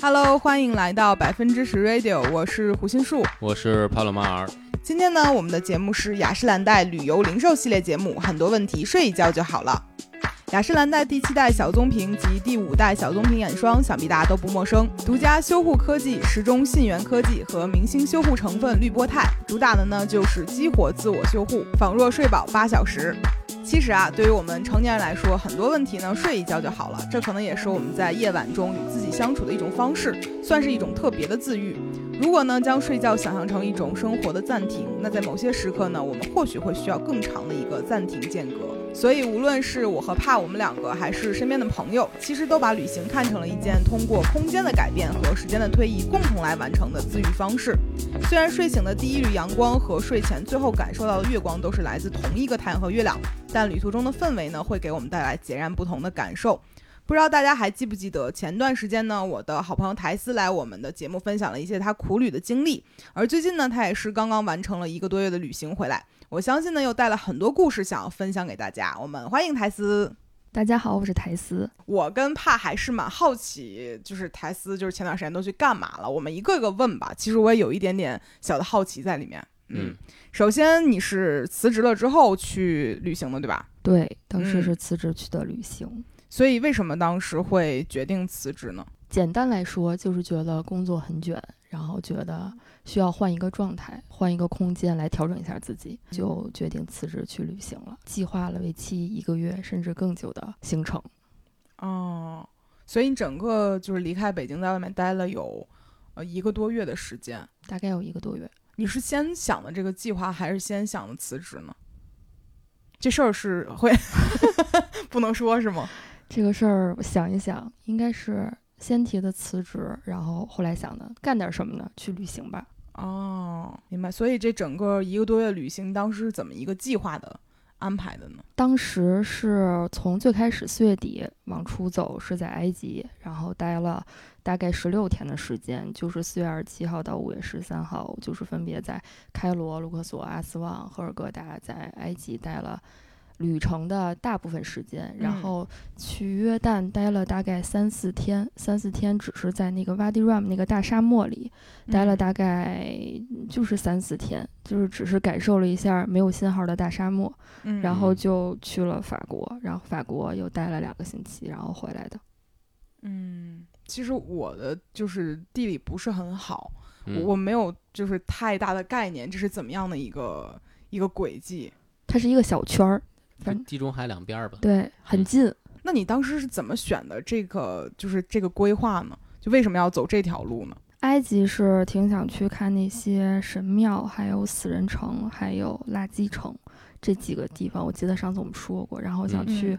Hello，欢迎来到百分之十 Radio，我是胡心树。我是帕洛马尔，今天呢，我们的节目是雅诗兰黛旅游零售系列节目，很多问题睡一觉就好了。雅诗兰黛第七代小棕瓶及第五代小棕瓶眼霜，想必大家都不陌生。独家修护科技、时钟信源科技和明星修护成分绿波肽，主打的呢就是激活自我修护，仿若睡饱八小时。其实啊，对于我们成年人来说，很多问题呢睡一觉就好了。这可能也是我们在夜晚中与自己相处的一种方式，算是一种特别的自愈。如果呢，将睡觉想象成一种生活的暂停，那在某些时刻呢，我们或许会需要更长的一个暂停间隔。所以，无论是我和帕我们两个，还是身边的朋友，其实都把旅行看成了一件通过空间的改变和时间的推移共同来完成的自愈方式。虽然睡醒的第一缕阳光和睡前最后感受到的月光都是来自同一个太阳和月亮，但旅途中的氛围呢，会给我们带来截然不同的感受。不知道大家还记不记得前段时间呢，我的好朋友台斯来我们的节目分享了一些他苦旅的经历，而最近呢，他也是刚刚完成了一个多月的旅行回来，我相信呢又带了很多故事想要分享给大家，我们欢迎台斯。大家好，我是台斯。我跟帕还是蛮好奇，就是台斯就是前段时间都去干嘛了，我们一个个问吧。其实我也有一点点小的好奇在里面。嗯，首先你是辞职了之后去旅行的，对吧？对，当时嗯是辞职去的旅行。所以为什么当时会决定辞职呢？简单来说，就是觉得工作很卷，然后觉得需要换一个状态，换一个空间来调整一下自己，就决定辞职去旅行了。计划了为期一个月甚至更久的行程，哦，所以你整个就是离开北京，在外面待了有呃一个多月的时间。大概有一个多月。你是先想的这个计划，还是先想的辞职呢？这事儿是哦会 不能说是吗？这个事儿，我想一想，应该是先提的辞职，然后后来想的干点什么呢？去旅行吧。哦，明白。所以这整个一个多月旅行，当时是怎么一个计划的安排的呢？当时是从最开始四月底往出走是在埃及，然后待了大概十六天的时间，就是四月二十七号到五月十三号，就是分别在开罗、卢克索、阿斯旺、赫尔格达，在埃及待了旅程的大部分时间，然嗯后去约旦待了大概三四天，三四天只是在那个瓦迪 ram 那个大沙漠里，待了嗯大概嗯就是三四天，就是只是感受了一下没有信号的大沙漠。嗯然后嗯就去了法国，然后法国又待了两个星期，然后回来的。嗯，其实我的就是地理不是很好，嗯我没有就是太大的概念，这是怎么样的一个一个轨迹？它是一个小圈儿，反正地中海两边儿吧。对，很嗯近。那你当时是怎么选的这个就是这个规划呢？就为什么要走这条路呢？埃及是挺想去看那些神庙，还有死人城，还有垃圾城这几个地方。我记得上次我们说过，然后想嗯去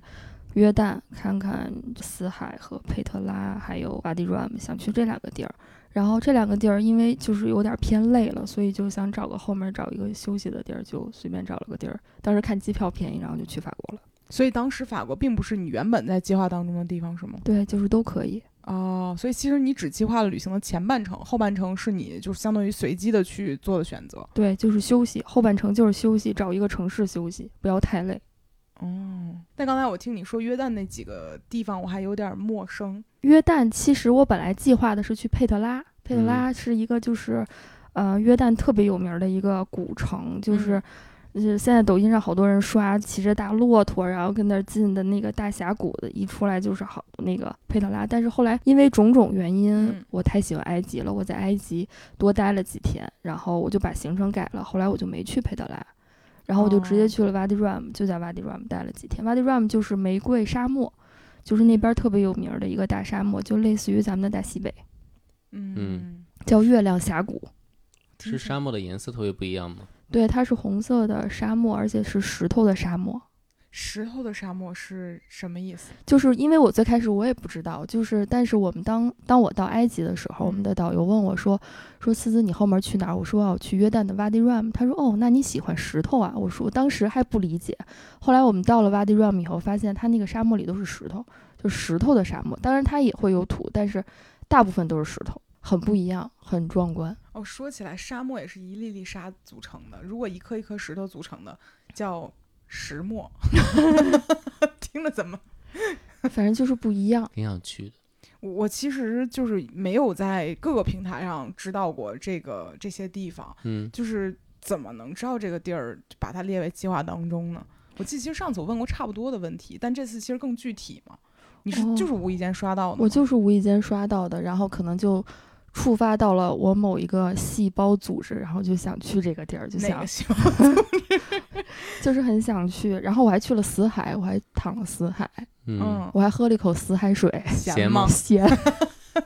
约旦看看死海和佩特拉，还有瓦迪 ram，想去这两个地儿。然后这两个地儿因为就是有点偏累了，所以就想找个后面找一个休息的地儿，就随便找了个地儿。当时看机票便宜，然后就去法国了。所以当时法国并不是你原本在计划当中的地方，是吗？对，就是都可以。哦，所以其实你只计划了旅行的前半程，后半程是你就是相当于随机的去做的选择。对，就是休息，后半程就是休息，找一个城市休息，不要太累。哦，但刚才我听你说约旦那几个地方，我还有点陌生。约旦其实我本来计划的是去佩特拉，佩特嗯拉是一个就是，呃，约旦特别有名儿的一个古城，就是嗯。就是现在抖音上好多人刷骑着大骆驼，然后跟那儿进的那个大峡谷的，一出来就是好那个佩特拉。但是后来因为种种原因，嗯我太喜欢埃及了，我在埃及多待了几天，然后我就把行程改了，后来我就没去佩特拉，然后我就直哦接去了瓦迪 ram，就在瓦迪 ram 待了几天。瓦迪 ram 就是玫瑰沙漠，就是那边儿特别有名儿的一个大沙漠，就类似于咱们的大西北，嗯嗯叫月亮峡谷。是沙漠的颜色特别不一样吗？对，它是红色的沙漠，而且是石头的沙漠。石头的沙漠是什么意思？就是因为我最开始我也不知道，就是但是我们当当我到埃及的时候，我们的导游问我说说思思你后面去哪儿？我说啊我去约旦的瓦迪 ram。他说哦，那你喜欢石头啊？我说我当时还不理解，后来我们到了瓦迪 ram 以后，发现它那个沙漠里都是石头，就石头的沙漠。当然它也会有土，但是大部分都是石头，很不一样，很壮观。哦，说起来，沙漠也是一粒粒沙组成的。如果一颗一颗 石头组成的，叫石漠。听着怎么反正就是不一样。挺想去的。我我其实就是没有在各个平台上知道过这个这些地方，嗯，就是怎么能知道这个地儿，把它列为计划当中呢？我记得其实上次我问过差不多的问题，但这次其实更具体嘛。你是、哦就是无意间刷到的吗，我就是无意间刷到的，然后可能就触发到了我某一个细胞组织，然后就想去这个地儿，就那想个希望就是很想去。然后我还去了死海，我还躺了死海，嗯，嗯我还喝了一口死海水，咸咸吗吗？ 咸，嗯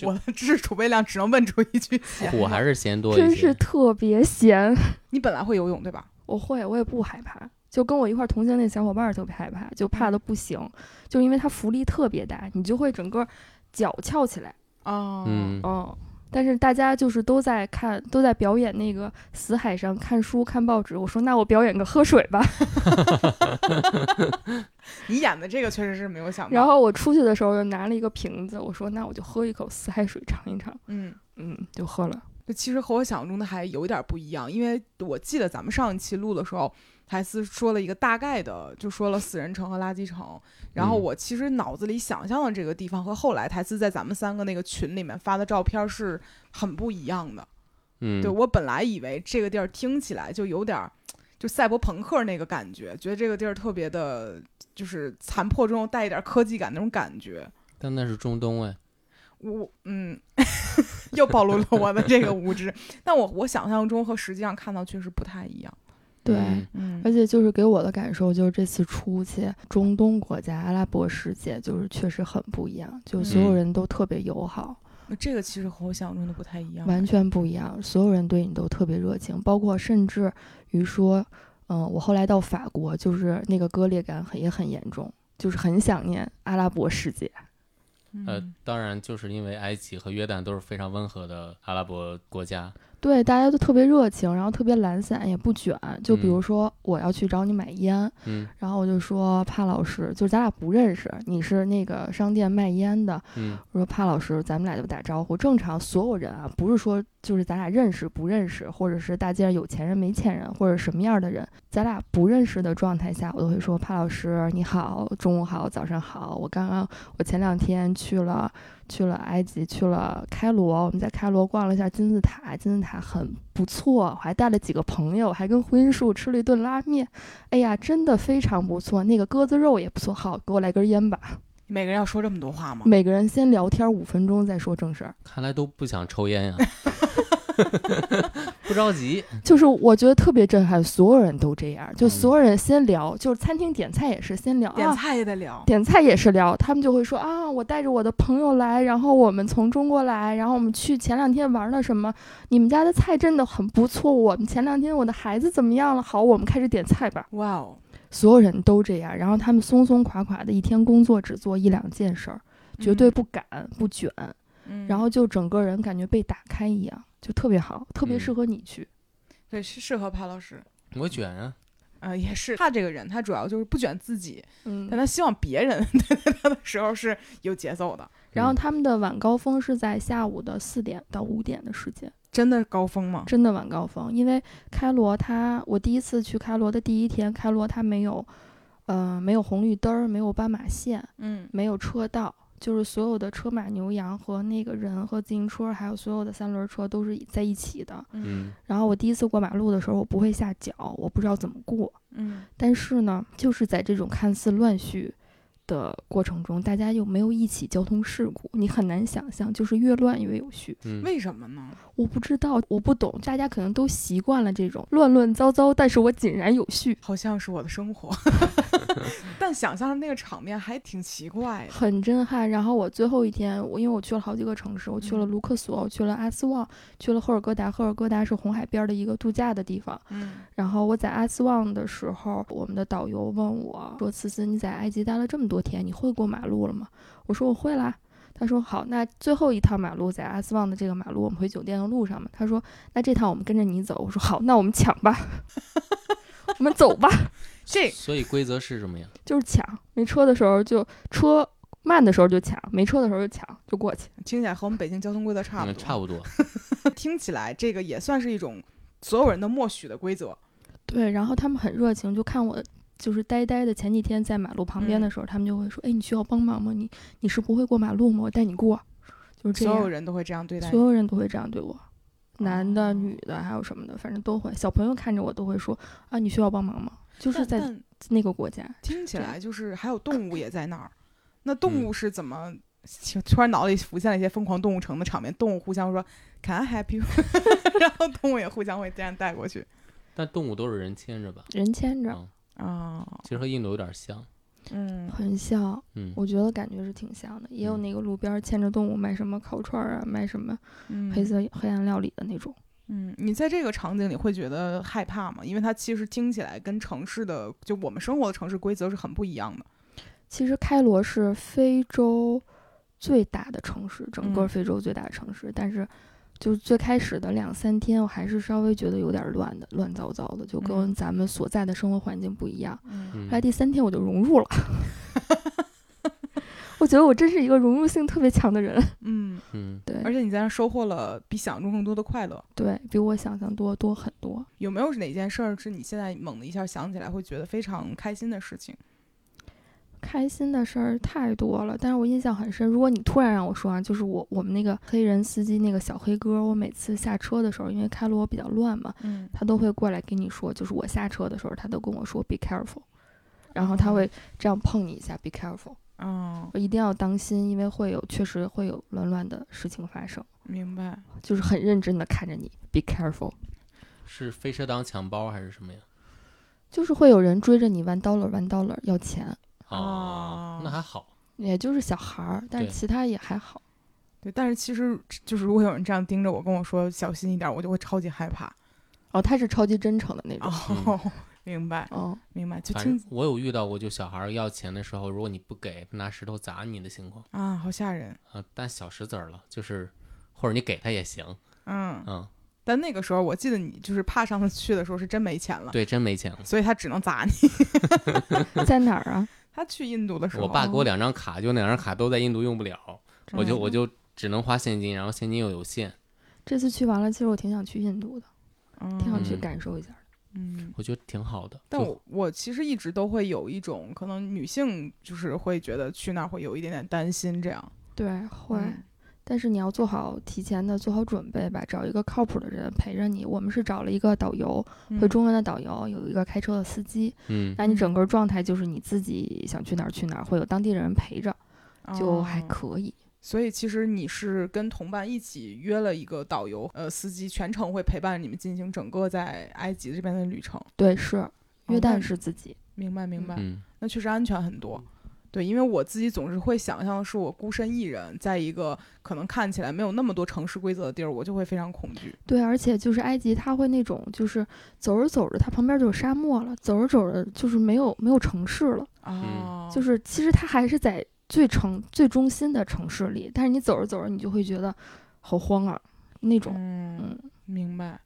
我的知识储备量只能问出一句咸。我还是嫌多真一是些。特别咸。你本来会游泳对吧？我会，我也不害怕。就跟我一块儿同行那小伙伴儿特别害怕，就怕的不行，就因为它浮力特别大，你就会整个脚翘起来。啊，嗯，嗯，但是大家就是都在看，都在表演那个死海上看书、看报纸。我说那我表演个喝水吧。 你演的这个确实是没有想到。然，后我出去的时候又拿了一个瓶子，我说那我就喝一口死海水尝一尝。嗯，嗯，就喝了。这其实和我想象中的还有一点不一样，因为我记得咱们上一期录的时候，台斯说了一个大概的，就说了死人城和垃圾城。然后嗯我其实脑子里想象的这个地方和后来台斯在咱们三个那个群里面发的照片是很不一样的。嗯，对我本来以为这个地儿听起来就有点儿，就赛博朋克那个感觉，觉得这个地儿特别的，就是残破中又带一点科技感那种感觉。但那是中东哎，我嗯， 又暴露了我的这个无知。但我我想象中和实际上看到确实不太一样。对，嗯嗯而且就是给我的感受就是这次出去中东国家、阿拉伯世界，就是确实很不一样，就所有嗯人都特别友好。那这个其实和我想象中的不太一样。完全不一样，所有人对你都特别热情，包括甚至于说，嗯、我后来到法国，就是那个割裂感很也很严重，就是很想念阿拉伯世界。呃嗯，，当然就是因为埃及和约旦都是非常温和的阿拉伯国家，对，大家都特别热情，然后特别懒散，也不卷。就比如说，我要去找你买烟，嗯然后我就说帕老师，就是咱俩不认识，你是那个商店卖烟的，嗯我说帕老师，咱们俩就打招呼。正常所有人啊，不是说就是咱俩认识不认识，或者是大街上有钱人没钱人，或者什么样的人，咱俩不认识的状态下，我都会说帕老师你好，中午好，早上好。我刚刚我前两天去了去了埃及，去了开罗，我们在开罗逛了一下金字塔，金字塔很不错，我还带了几个朋友，还跟婚姻树吃了一顿拉面。哎呀，真的非常不错，那个鸽子肉也不错。好，给我来根烟吧。每个人要说这么多话吗？每个人先聊天五分钟再说正事儿。看来都不想抽烟呀、不着急，嗯就是我觉得特别震撼，所有人都这样，就所有人先聊，就是餐厅点菜也是先聊点啊。菜也得聊。点菜也是聊，他们就会说啊，我带着我的朋友来，然后我们从中国来，然后我们去前两天玩了什么，你们家的菜真的很不错，我们前两天我的孩子怎么样了？好，我们开始点菜吧。哇哦，所有人都这样，然后他们松松垮垮的，一天工作只做一两件事儿，绝对嗯。不赶不卷，嗯然后就整个人感觉被打开一样，就特别好，特别嗯适合你去。对是适合潘老师。我卷啊，呃，也是他这个人，他主要就是不卷自己，嗯但他希望别人 对待他的时候是有节奏的。然后嗯他们的晚高峰是在下午的四点到五点的时间，真的高峰吗？真的晚高峰。因为开罗它，我第一次去开罗的第一天，开罗它没有，呃，没有红绿灯儿，没有斑马线，嗯没有车道，就是所有的车马牛羊和那个人和自行车，还有所有的三轮车都是在一起的。嗯然后我第一次过马路的时候，我不会下脚，我不知道怎么过。嗯但是呢，就是在这种看似乱序的过程中，大家又没有一起交通事故，你很难想象，就是越乱越有序。嗯，为什么呢？我不知道，我不懂，大家可能都习惯了这种乱乱糟糟，但是我井然有序，好像是我的生 活，但想象的那个场面还挺奇怪的。很震撼。然后我最后一天，我因为我去了好几个城市，我去了嗯卢克索，我去了阿斯旺，去了赫尔哥达，赫尔哥达是红海边儿的一个度假的地方。嗯然后我在阿斯旺的时候，我们的导游问我说：“思思，你在埃及待了这么多天，你会过马路了吗？”我说：“我会啦。”他说：“好，那最后一趟马路在阿斯旺的这个马路，我们回酒店的路上嘛。”他说：“那这趟我们跟着你走。”我说：“好，那我们抢吧，我们走吧，这所以规则是什么呀？就是抢。没车的时候就车慢的时候就抢，没车的时候就抢，就过去。听起来和我们北京交通规则差不嗯，多，差不多，多。听起来这个也算是一种所有人的默许的规则。对，然后他们很热情，就看我就是呆呆的前几天在马路旁边嗯的时候，他们就会说：“哎，你需要帮忙吗？你你是不会过马路吗？我带你过。”就是这所样，有人都会这样对待所你。有人都会这样对我，男哦的、女的，还有什么的，反正都会。小朋友看着我都会说：“啊，你需要帮忙吗？”就是但在但那个国家，听起对来就是还有动物也在那 儿，那动嗯物是怎么？就突然脑子里浮现了一些疯狂动物城的场面，动物互相说 “Can I help you”，然 后动物也互相会这样带过去但动物都是人牵着吧，人牵着，嗯啊、其实和印度有点像。嗯，很像，嗯，我觉得感觉是挺像的。也有嗯那个路边牵着动物卖什么烤串儿啊，卖什么嗯黑色黑暗料理的那种。嗯，你在这个场景里会觉得害怕吗？因为它其实听起来跟城市的，就我们生活的城市规则是很不一样的。其实开罗是非洲最大的城市，整个嗯非洲最大的城市，但是就是最开始的两三天，我还是稍微觉得有点乱的，乱糟糟的，就跟嗯咱们所在的生活环境不一样。嗯嗯后来第三天我就融入了， 我觉得我真是一个融入性特别强的人，嗯，嗯，对而且你在那儿收获了比想象中更多的快乐。对比我想象多多很多。有没有哪件事儿是你现在猛的一下想起来会觉得非常开心的事情？开心的事儿太多了，但是我印象很深。如果你突然让我说啊，就是我我们那个黑人司机那个小黑哥，我每次下车的时候，因为开罗比较乱嘛，嗯，他都会过来跟你说，就是我下车的时候，他都跟我说 “be careful”，然后他会这样碰你一下 “be careful”，哦，我一定要当心，因为会有确实会有乱乱的事情发生，明白。就是很认真的看着你 “be careful”，是飞车党抢包还是什么呀？就是会有人追着你 one dollar one dollar 要钱，哦那还好。也就是小孩儿，但是对其他也还好。对，但是其实就是如果有人这样盯着我，跟我说小心一点，我就会超级害怕。哦，他是超级真诚的那种。哦， 明白，哦，明白，就反听正我有遇到过，就小孩儿要钱的时候，如果你不给，拿石头砸你的情况啊，好吓人。啊。但小石子儿了，就是或者你给他也行。嗯，嗯，但那个时候我记得你就是怕上次去的时候是真没钱了，对，真没钱了。所以他只能砸你。在哪儿啊？他去印度的时候，嗯我爸给我两张卡，就那两张卡都在印度用不了，我就我就就只能花现金，然后现金又有限。这次去完了，其实我挺想去印度的，挺想去嗯感受一下的。嗯，我觉得挺好的。但就我我其实一直都会有一种可能，女性就是会觉得去那儿会有一点点担心，这样对，会。嗯但是你要做好提前的做好准备吧，找一个靠谱的人陪着你。我们是找了一个导游，会嗯中文的导游，有一个开车的司机。嗯，那你整个状态就是你自己想去哪儿去哪儿，会有当地人陪着，就还哦可以。所以其实你是跟同伴一起约了一个导游，呃，司机全程会陪伴你们进行整个在埃及这边的旅程。对，是约哦那旦你是自己。明白，明白。嗯那确实安全很多。对，因为我自己总是会想象是我孤身一人，在一个可能看起来没有那么多城市规则的地儿，我就会非常恐惧。对，而且就是埃及，它会那种就是走着走着，它旁边就有沙漠了，走着走着就是没有没有城市了。哦，就是是其实它还是在最城最中心的城市里，但是你走着走着，你就会觉得好慌啊那种。嗯，嗯，明白，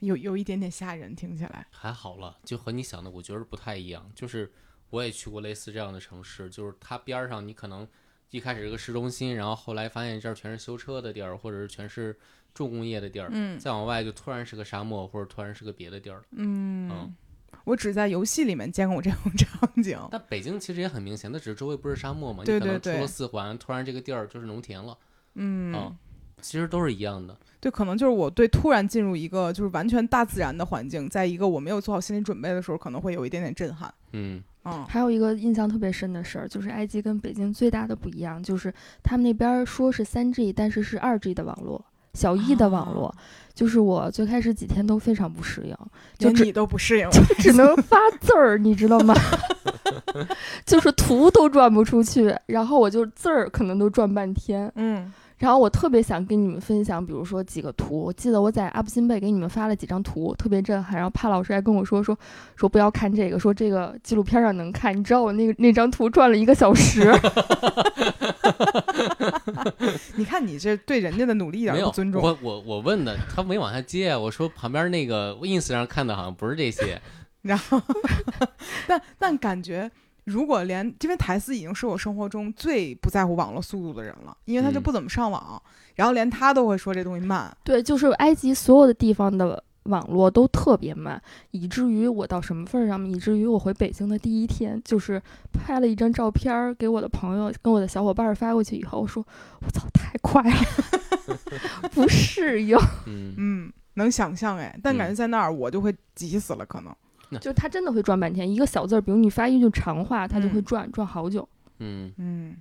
有有一点点吓人，听起来。还好了，就和你想的我觉得不太一样。就是我也去过类似这样的城市，就是它边儿上你可能一开始是个市中心，然后后来发现这儿全是修车的地儿，或者是全是重工业的地儿，嗯再往外就突然是个沙漠，或者突然是个别的地儿了。嗯嗯，我只在游戏里面见过这种 场景。嗯但北京其实也很明显，它只是周围不是沙漠嘛，对你可能出对对了四环，突然这个地儿就是农田了，嗯，嗯其实都是一样的。对，可能就是我对突然进入一个就是完全大自然的环境，在一个我没有做好心理准备的时候，可能会有一点点震撼。嗯，嗯还有一个印象特别深的事儿，就是埃及跟北京最大的不一样，就是他们那边儿说是三 G，但是是二 G 的网络。小一的网啊络，就是我最开始几天都非常不适应，就连只你都不适应了，只能发字儿，你知道吗？ 就是图都转不出去，然后我就字儿可能都转半天。嗯然后我特别想跟你们分享，比如说几个图，我记得我在阿布辛贝给你们发了几张图，特别震撼。然后帕老师还跟我说说说不要看这个，说这个纪录片上能看。你知道我那个那张图转了一个小 时，你看你这对人家的努力一点没儿有不尊，重。我我我问的，他没往下接。啊我说旁边那个 ins 上看的好像不是这些，然后， 但但感觉如果连因为台斯已经是我生活中最不在乎网络速度的人了，因为他就嗯不怎么上网，然后连他都会说这东西慢。对，就是埃及所有的地方的网络都特别慢，以至于我到什么份儿上，以至于我回北京的第一天，就是拍了一张照片儿给我的朋友跟我的小伙伴儿发过去以后，我说我操，太快了，不适应。嗯，嗯，能想象哎，但感觉嗯在那儿我就会急死了，可能。就是它真的会转半天，一个小字儿，比如你发一句长话，它就会嗯转、转好久，嗯，嗯，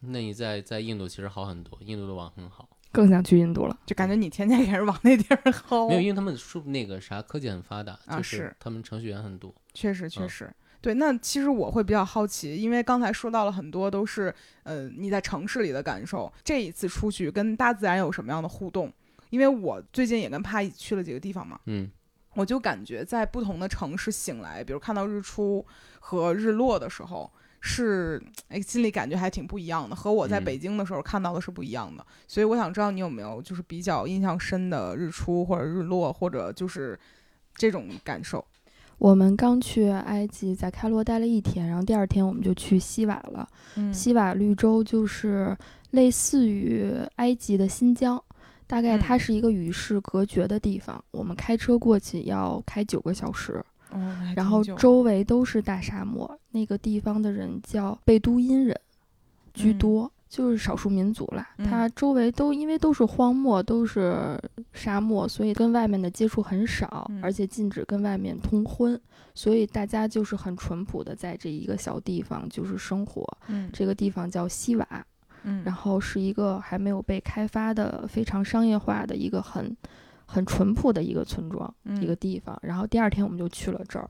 那你在在印度其实好很多，印度的网很好，更想去印度了。就感觉你天天给人往那地儿没有，因薅。为他们数那个啥科技很发达，哦啊就是他们程序员很多，确实，确嗯实。对，那其实我会比较好奇，因为刚才说到了很多都是，呃，你在城市里的感受。这一次出去跟大自然有什么样的互动？因为我最近也跟帕一起去了几个地方嘛，嗯我就感觉在不同的城市醒来，比如看到日出和日落的时候，是哎心里感觉还挺不一样的，和我在嗯北京的时候看到的是不一样的。所以我想知道你有没有就是比较印象深的日出或者日落，或者就是这种感受。我们刚去埃及，在开罗待了一天，然后第二天我们就去西瓦了。嗯西瓦绿洲就是类似于埃及的新疆，大概嗯它是一个与世隔绝的地方。我们开车过去要开九个小时，哦然后周围都是大沙漠。那个地方的人叫贝都因人居嗯多，就是少数民族啦。嗯它周围都因为都是荒漠，都是沙漠，所以跟外面的接触很少，嗯而且禁止跟外面通婚，所以大家就是很淳朴的在这一个小地方就是生活。嗯这个地方叫西瓦，嗯然后后是一个还没有被开发的、非常商业化的一个很很淳朴的一个村庄、嗯一个地方。然后第二天我们就去了这儿，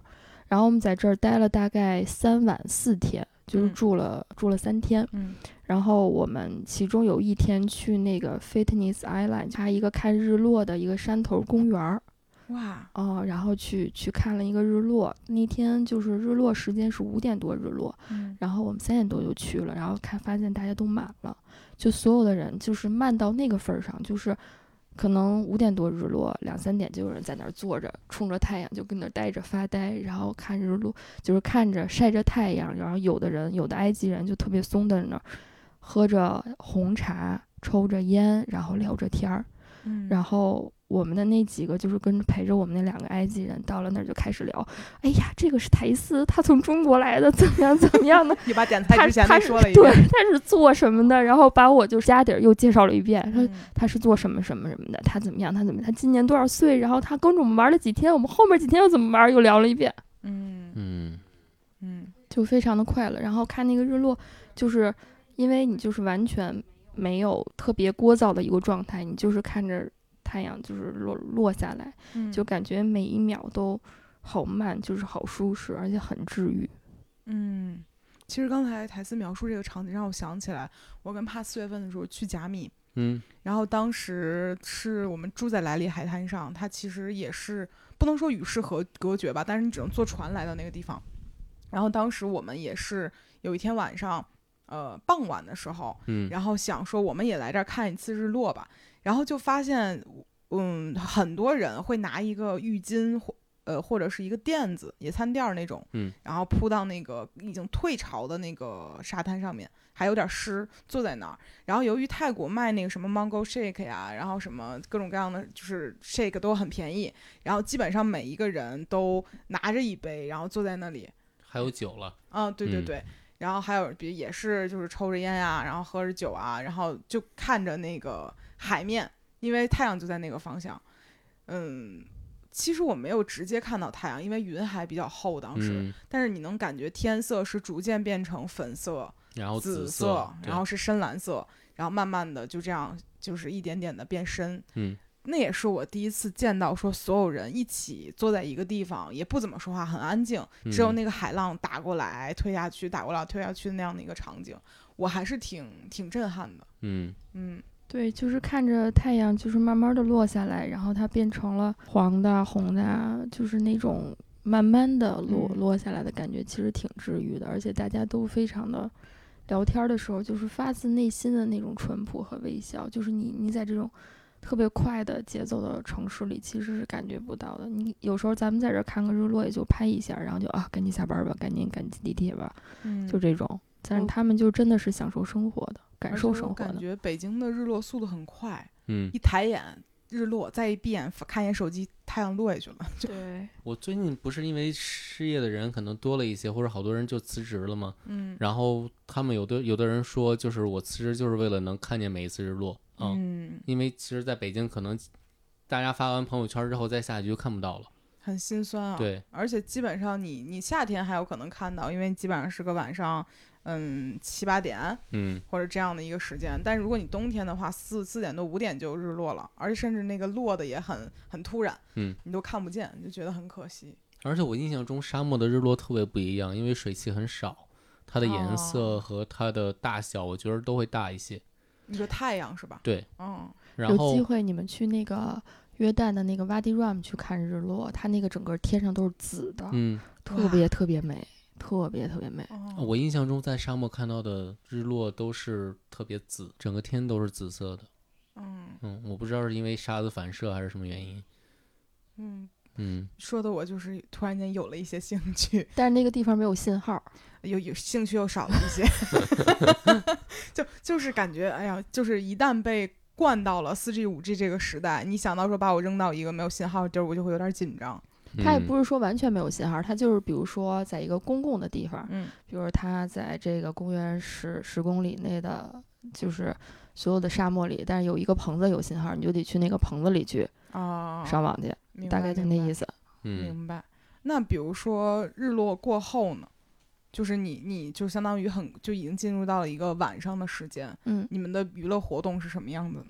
然后我们在这儿待了大概三晚四天，就是嗯住了、住了三天。嗯然后我们其中有一天去那个 Fitness Island，它一个看日落的一个山头公园儿哇哦，然后去去看了一个日落。那天就是日落时间是五点多日落，嗯然后我们三点多就去了，然后看发现大家都满了，就所有的人就是慢到那个份儿上，就是可能五点多日落，两三点就有人在那儿坐着，冲着太阳就跟那儿呆着发呆，然后看日落，就是看着晒着太阳，然后有的人有的埃及人就特别松在那儿，喝着红茶，抽着烟，然后聊着天儿，嗯然后后我们的那几个就是跟陪着我们那两个埃及人到了那儿就开始聊，哎呀，这个是泰斯，他从中国来的，怎么样怎么样的。你把点菜他之前他都是说了一对遍，他是做什么的，然后把我就是家底儿又介绍了一遍，说嗯他是做什么什么什么的，他怎么样，他怎么样，他今年多少岁，然后他跟着我们玩了几天，我们后面几天又怎么玩，又聊了一遍，嗯嗯嗯就非常的快乐。然后看那个日落，就是因为你就是完全没有特别聒噪的一个状态，你就是看着太阳就是落落下来，嗯就感觉每一秒都好慢，就是好舒适，而且很治愈。嗯，其实刚才台词描述这个场景，让我想起来，我跟帕四月份的时候去甲米，嗯然后当时是我们住在莱利海滩上，它其实也是不能说与世隔隔绝吧，但是你只能坐船来到那个地方。然后当时我们也是有一天晚上，呃，傍晚的时候，嗯，然后想说我们也来这儿看一次日落吧，然后就发现，嗯，很多人会拿一个浴巾或呃或者是一个垫子，野餐垫儿那种，嗯，然后铺到那个已经退潮的那个沙滩上面，还有点湿，坐在那儿。然后由于泰国卖那个什么 mango shake 呀，然后什么各种各样的就是 shake 都很便宜，然后基本上每一个人都拿着一杯，然后坐在那里，还有酒了，啊，对对嗯对。然后还有，比如也是就是抽着烟啊，然后喝着酒啊，然后就看着那个海面，因为太阳就在那个方向。嗯，其实我没有直接看到太阳，因为云还比较厚当时，嗯，但是你能感觉天色是逐渐变成粉色、然后紫色，对然后是深蓝色，然后慢慢的就这样，就是一点点的变深。嗯，那也是我第一次见到说所有人一起坐在一个地方，也不怎么说话，很安静，只有嗯那个海浪打过来推下去，打过来推下去的那样的一个场景，我还是挺挺震撼的。嗯嗯对，就是看着太阳，就是慢慢的落下来，然后它变成了黄的、红的，就是那种慢慢的落、嗯落下来的感觉，其实挺治愈的。而且大家都非常的聊天的时候，就是发自内心的那种淳朴和微笑，就是你你在这种特别快的节奏的城市里，其实是感觉不到的。你有时候咱们在这儿看个日落，也就拍一下，然后就啊，赶紧下班吧，赶紧赶紧地铁吧，嗯就这种。但是我他们就真的是享受生活的，感而且受我生活感的。觉北京的日落速度很快，嗯一抬眼日落，再一闭眼看一眼手机，太阳落下去了。 对，我最近不是因为失业的人可能多了一些，或者好多人就辞职了吗？嗯然后他们有的有的人说，就是我辞职就是为了能看见每一次日落，嗯，嗯，因为其实在北京可能大家发完朋友圈之后，再下去就看不到了。很心酸啊。，对，而且基本上你你夏天还有可能看到，因为基本上是个晚上，嗯七八点嗯，或者这样的一个时间。但如果你冬天的话，四四点多五点就日落了，而且甚至那个落的也很很突然，嗯，你都看不见，你就觉得很可惜。而且我印象中沙漠的日落特别不一样，因为水汽很少，它的颜哦色和它的大小，我觉得都会大一些。你说太阳是吧？对，嗯，然有机后会你们去那个约旦的那个 Wadi Rum 去看日落，它那个整个天上都是紫的，嗯，特别特别美，特别特别美。哦，我印象中在沙漠看到的日落都是特别紫，整个天都是紫色的。嗯嗯，我不知道是因为沙子反射还是什么原因。嗯，嗯，说的我就是突然间有了一些兴趣， 但是那个地方没有信号，有有兴趣又少了一些， 就就是感觉哎呀，就是一旦被灌到了四 G 五 G 这个时代，你想到说把我扔到一个没有信号的地儿，我就会有点紧张。它也嗯不是说完全没有信号，它就是比如说在一个公共的地方，嗯比如它在这个公园十十公里内的，就是所有的沙漠里，但是有一个棚子有信号，你就得去那个棚子里去啊，上网去，明大白概就那明白意思。嗯，明白。那比如说日落过后呢，就是你你就相当于很就已经进入到了一个晚上的时间，嗯你们的娱乐活动是什么样子的？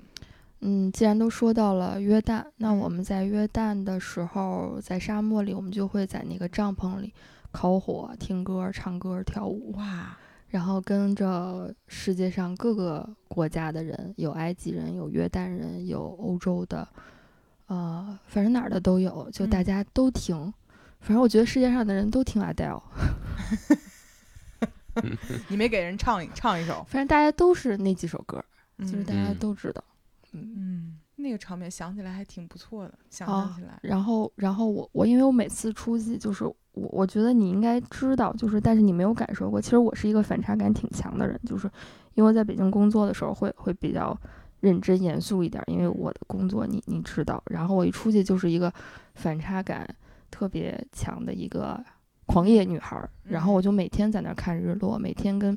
嗯，既然都说到了约旦，那我嗯们在约旦的时候，在沙漠里，我们就会在那个帐篷里烤火、听歌、唱歌、跳舞，哇，然后跟着世界上各个国家的人，有埃及人，有约旦人，有欧洲的，呃，反正哪儿的都有，就大嗯家都听。反正我觉得世界上的人都听 Adele，你没给人唱一唱一首，反正大家都是那几首歌，就是大嗯家嗯都知道。嗯嗯，那个场面想起来还挺不错的，想哦象起来，然后，然后我我因为我每次出去，就是我我觉得你应该知道，就是但是你没有感受过。其实我是一个反差感挺强的人，就是因为我在北京工作的时候会会比较认真严肃一点儿，因为我的工作你你知道。然后我一出去就是一个反差感特别强的一个狂野女孩儿，然后我就每天在那儿看日落，每天跟。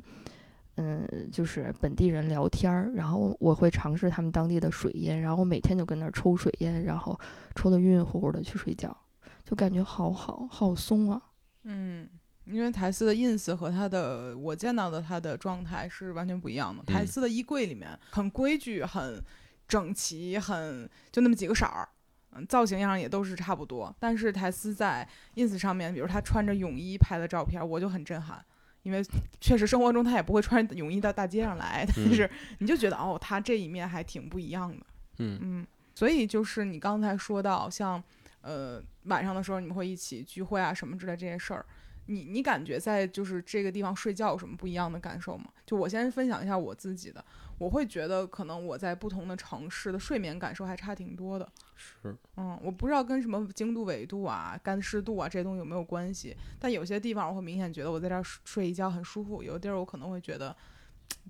嗯，就是本地人聊天儿，然后我会尝试他们当地的水烟，然后我每天就跟那儿抽水烟，然后抽的晕晕乎乎的去睡觉，就感觉好好好松啊。嗯。因为台斯的 ins 和他的我见到的他的状态是完全不一样的。台嗯斯的衣柜里面很规矩、很整齐、很就那么几个色儿，嗯，造型上也都是差不多。但是台斯在 ins 上面，比如他穿着泳衣拍的照片，我就很震撼，因为确实生活中他也不会穿着泳衣到大街上来，但嗯是你就觉得哦，他这一面还挺不一样的。嗯嗯，所以就是你刚才说到像，呃，晚上的时候你们会一起聚会啊什么之类这些事儿，你你感觉在就是这个地方睡觉有什么不一样的感受吗？就我先分享一下我自己的，我会觉得可能我在不同的城市的睡眠感受还差挺多的。是，嗯，我不知道跟什么经度、纬度啊、干湿度啊这些东西有没有关系，但有些地方我会明显觉得我在这儿睡睡一觉很舒服，有的地儿我可能会觉得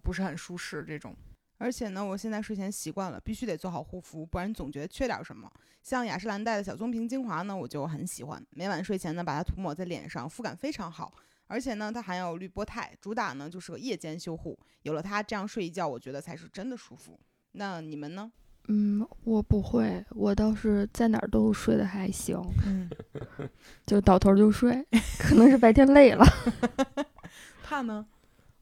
不是很舒适这种。而且呢，我现在睡前习惯了，必须得做好护肤，不然总觉得缺点儿什么。像雅诗兰黛的小棕瓶精华呢，我就很喜欢，每晚睡前呢把它涂抹在脸上，肤感非常好。而且呢，它含有绿波肽，主打呢就是个夜间修护。有了它，这样睡一觉，我觉得才是真的舒服。那你们呢？嗯，我不会，我倒是在哪儿都睡得还行， 嗯，就倒头就睡，可能是白天累了。怕呢？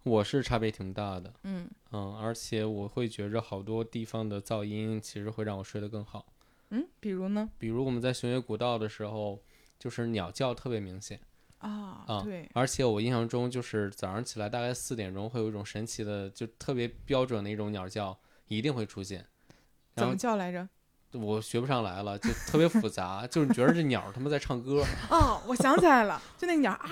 我是差别挺大的，嗯嗯，而且我会觉着好多地方的噪音其实会让我睡得更好。嗯，比如呢？比如我们在雄野古道的时候，就是鸟叫特别明显，啊，啊对，而且我印象中就是早上起来大概四点钟会有一种神奇的，就特别标准的一种鸟叫一定会出现，怎然么后叫来着？我学不上来了，就特别复杂，就是你觉得这鸟儿他妈在唱 歌， 哦，我想起来了，就那个鸟啊，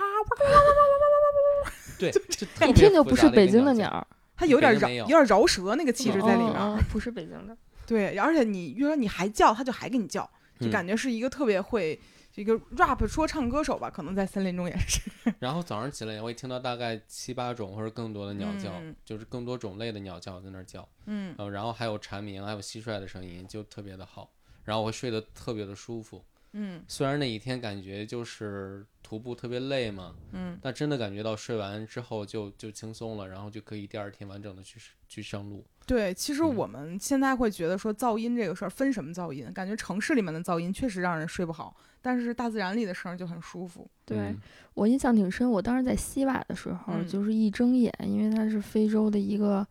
对，就特别一听就复不杂是一北个京的鸟鸟叫，儿，它有点北京饶，没有有点饶舌那个气质在里面。嗯嗯嗯不是北京的。对，而且你越说你还叫，它就还给你叫，就嗯感觉是一个特别会。一个 rap 说唱歌手吧，可能在森林中也是。 然后早上起来也会听到大概七八种或者更多的鸟叫，嗯就是更多种类的鸟叫在那儿叫，嗯呃，然后还有蝉鸣，还有蟋蟀的声音，就特别的好。然后我会睡得特别的舒服。嗯虽然那一天感觉就是徒步特别累嘛，嗯，但真的感觉到睡完之后就就轻松了，然后就可以第二天完整的去去上路。对，其实嗯我们现在会觉得说噪音这个事儿分什么噪音，感觉城市里面的噪音确实让人睡不好，但是大自然里的声儿就很舒服。对、嗯我印象挺深，我当时在西瓦的时候，嗯就是一睁眼，因为它是非洲的一个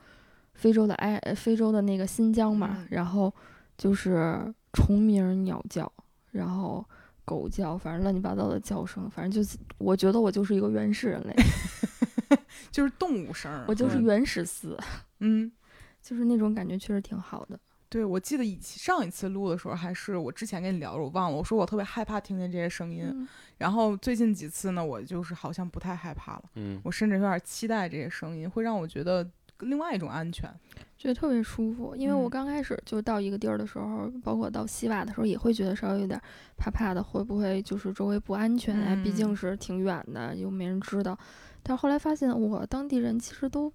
非洲的埃呃非洲的那个新疆嘛，嗯然后就是虫鸣、鸟叫，然后狗叫，反正乱七八糟的叫声，反正就是我觉得我就是一个原始人类， 就是动物声儿啊，我就是嗯原始死， 嗯，就是那种感觉确实挺好的。对，我记得以前上一次录的时候，还是我之前跟你聊的，我忘了，我说我特别害怕听见这些声音，嗯，然后最近几次呢，我就是好像不太害怕了，嗯，我甚至有点期待这些声音，会让我觉得另外一种安全。觉得特别舒服，因为嗯我刚开始就到一个地儿的时候，包括到西瓦的时候，也会觉得稍微有点怕怕的，会不会就是周围不安全呀、毕竟嗯是挺远的，又没人知道。但后来发现，我当地人其实都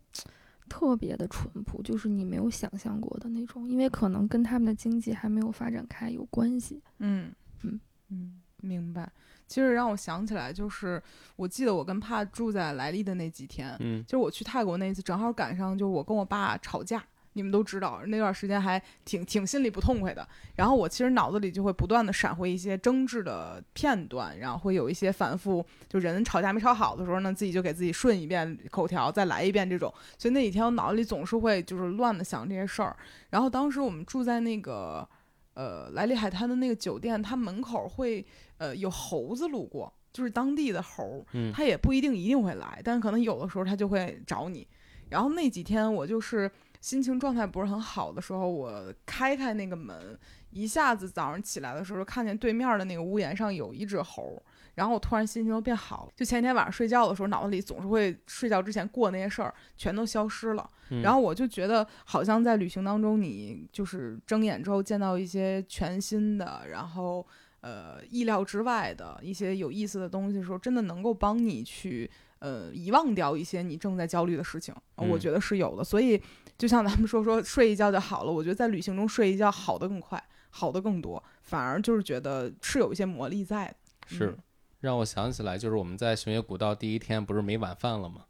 特别的淳朴，就是你没有想象过的那种，因为可能跟他们的经济还没有发展开有关系。嗯嗯嗯，明白。其实让我想起来，就是我记得我跟帕住在莱利的那几天，嗯，就是我去泰国那一次，正好赶上就是我跟我爸吵架，你们都知道那段时间还挺挺心里不痛快的。然后我其实脑子里就会不断的闪回一些争执的片段，然后会有一些反复，就人吵架没吵好的时候呢，自己就给自己顺一遍口条，再来一遍这种。所以那几天我脑子里总是会就是乱的想这些事儿。然后当时我们住在那个呃莱利海滩的那个酒店，它门口会呃有猴子路过。就是当地的猴儿，嗯它也不一定一定会来，但可能有的时候它就会找你。然后那几天我就是心情状态不是很好的时候，我开开那个门，一下子早上起来的时候，看见对面的那个屋檐上有一只猴儿，然后我突然心情就变好了。就前一天晚上睡觉的时候，脑子里总是会睡觉之前过那些事儿，全都消失了。嗯然后我就觉得，好像在旅行当中，你就是睁眼之后见到一些全新的，然后呃意料之外的一些有意思的东西的时候，真的能够帮你去呃遗忘掉一些你正在焦虑的事情，呃嗯我觉得是有的。所以就像咱们说说睡一觉就好了，我觉得在旅行中睡一觉好的更快，好的更多，反而就是觉得是有一些魔力在的。是嗯让我想起来，就是我们在熊野古道第一天不是没晚饭了吗？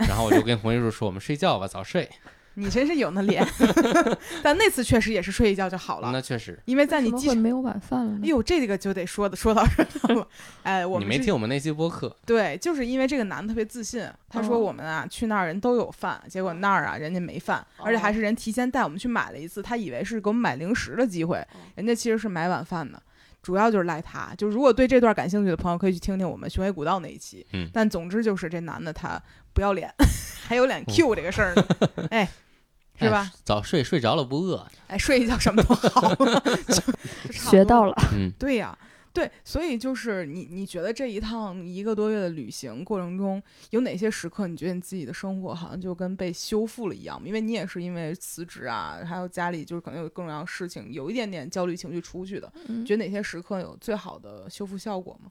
然后我就跟红玉树说：“我们睡觉吧，早睡。你真是有那脸， 但那次确实也是睡一觉就”好了，那确实，因为在你怎么机会场。没有晚饭了呢？哎呦，这个就得说的说到这儿 了。哎，我你们没是听我们那期播客，对，就是因为这个男的特别自信，他说哦我们啊、去那儿人都有饭，结果那儿啊人家没饭，而且哦还是人提前带我们去买了一次，他以为是给我们买零食的机哦会，人家其实是买晚饭的。主要就是赖他，就如果对这段感兴趣的朋友，可以去听听我们雄伟古道那一期。嗯但总之就是这男的他不要脸， 还有脸 Q 这个事儿 呢，哎，是哦哎吧？？早睡，睡着了不 饿。哎，睡一觉什么都 好，学了。到了。嗯，对呀、对，所以就是你，你觉得这一趟一个多月的旅行过程中，有哪些时刻你觉得你自己的生活好像就跟被修复了一样？因为你也是因为辞职啊，还有家里就是可能有各种各样的事情，有一点点焦虑情绪出去的。嗯你觉得哪些时刻有最好的修复效果吗？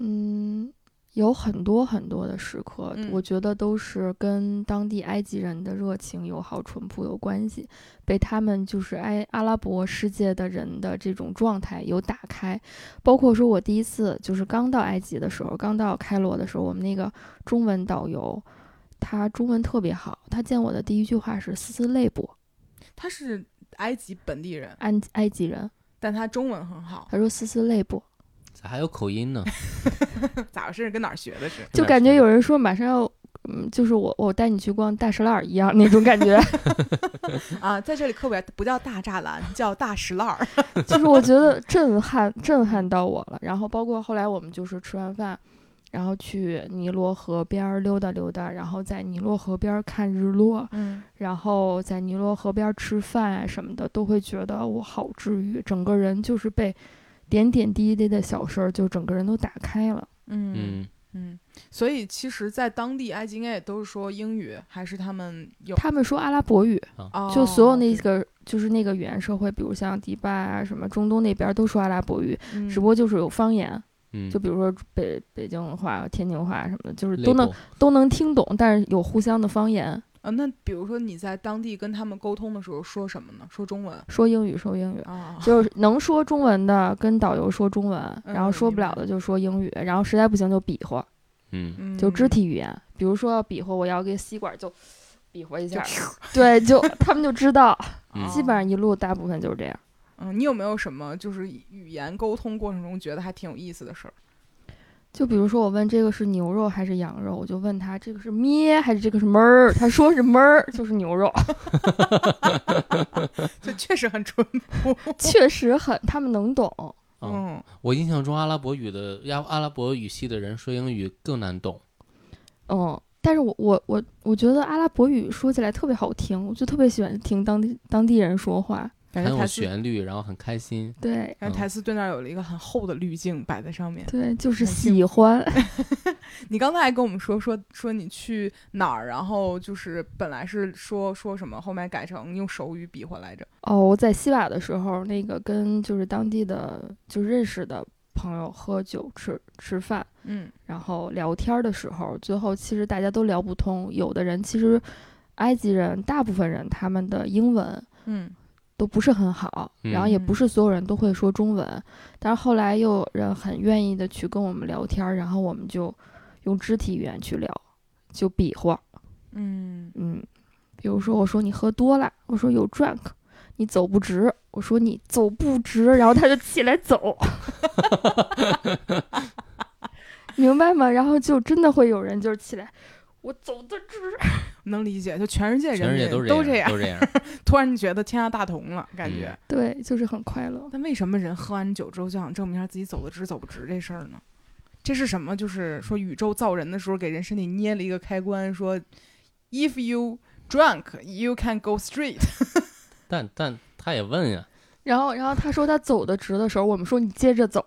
嗯，有很多很多的时刻，嗯我觉得都是跟当地埃及人的热情、友好、淳朴有关系，被他们就是埃阿拉伯世界的人的这种状态有打开。包括说我第一次就是刚到埃及的时候，刚到开罗的时候，我们那个中文导游。他中文特别好，他见我的第一句话是“斯斯累卜他是埃及本地人”，，埃埃及人。但他中文很好，他说“斯斯累卜咋还有口音 呢？咋回事？跟哪儿学的是？”，就感觉有人说马上要，嗯，就是我我带你去逛大石栏儿一样那种感 觉。啊，在这里刻表不叫大栅栏，叫大石烂儿。就是我觉得震撼震撼到我了。然后包括后来我们就是吃完饭，然后去尼罗河边儿溜达溜达，然后在尼罗河边儿看日落，嗯然后在尼罗河边儿吃饭啊什么的，都会觉得我好治愈，整个人就是被点点滴滴的小事儿就整个人都打开了。嗯嗯，嗯，所以其实，在当地埃及应该也都是说英语，还是他们有他们说阿拉伯语，哦就所有那个。就是那个语言社会，比如像迪拜啊，什么中东那边儿都说阿拉伯语，嗯只不过就是有方言，嗯，就比如说北北京话、天津话什么的，就是累都能不都能听懂，但是有互相的方言。呃，那比如说你在当地跟他们沟通的时候说什么呢？说中文说英语说英语，啊？就是能说中文的跟导游说中文，然后嗯说不明了白的就说英语，然后实在不行就比划，嗯，嗯就肢体语言，比如说要比划，我要个吸管就比划一下儿， 对， 就他们就知道，哦嗯基本上一路大部分就是这样。嗯，你有没有什么就是语言沟通过程中觉得还挺有意思的事儿？就比如说我问这个是牛肉还是羊肉，我就问他这个是咩还是这个是哞儿，他说是哞儿，就是牛肉， 这嗯确实很 淳朴。确实很他们能懂，嗯嗯，我印象中阿拉伯语的阿阿拉伯语系的人说英语更难懂。嗯。但是我我我我觉得阿拉伯语说起来特别好听，我就特别喜欢听当地当地人说话。感很觉有台词，旋律，然后很开心。对感觉嗯台词对面有了一个很厚的滤镜摆在上面。对，就是很幸喜欢。你刚才还跟我们说说说你去哪儿，然后就是本来是说说什么，后面改成用手语比划来着。哦，我在西瓦的时候，那个跟就是当地的就认识的朋友喝酒吃吃饭，嗯然后聊天儿的时候，最后其实大家都聊不通。有的人其实埃及人大部分人他们的英文嗯都不是很好，然后也不嗯是所有人都会说中文。但是后来又有人很愿意的去跟我们聊天儿，然后我们就用肢体语言去聊，就比划，嗯嗯，比如说我说你喝多了，我说有 drunk，你走不直，我说你走不直，然后他就起来 走，明白吗？然后就真的会有人就是起来，我走得直，能理解，就全世界人全世界民都是都这样， 都这样。突然觉得天下大同了，感觉。嗯对，就是很快乐。那为什么人喝完酒之后就想证明一下自己走得直走不直这事儿呢？这是什么？就是说宇宙造人的时候给人身体捏了一个开关，说 if you drunk you can go straight。但但他也问呀，然后，然后他说他走得直的时候，我们说你接着走，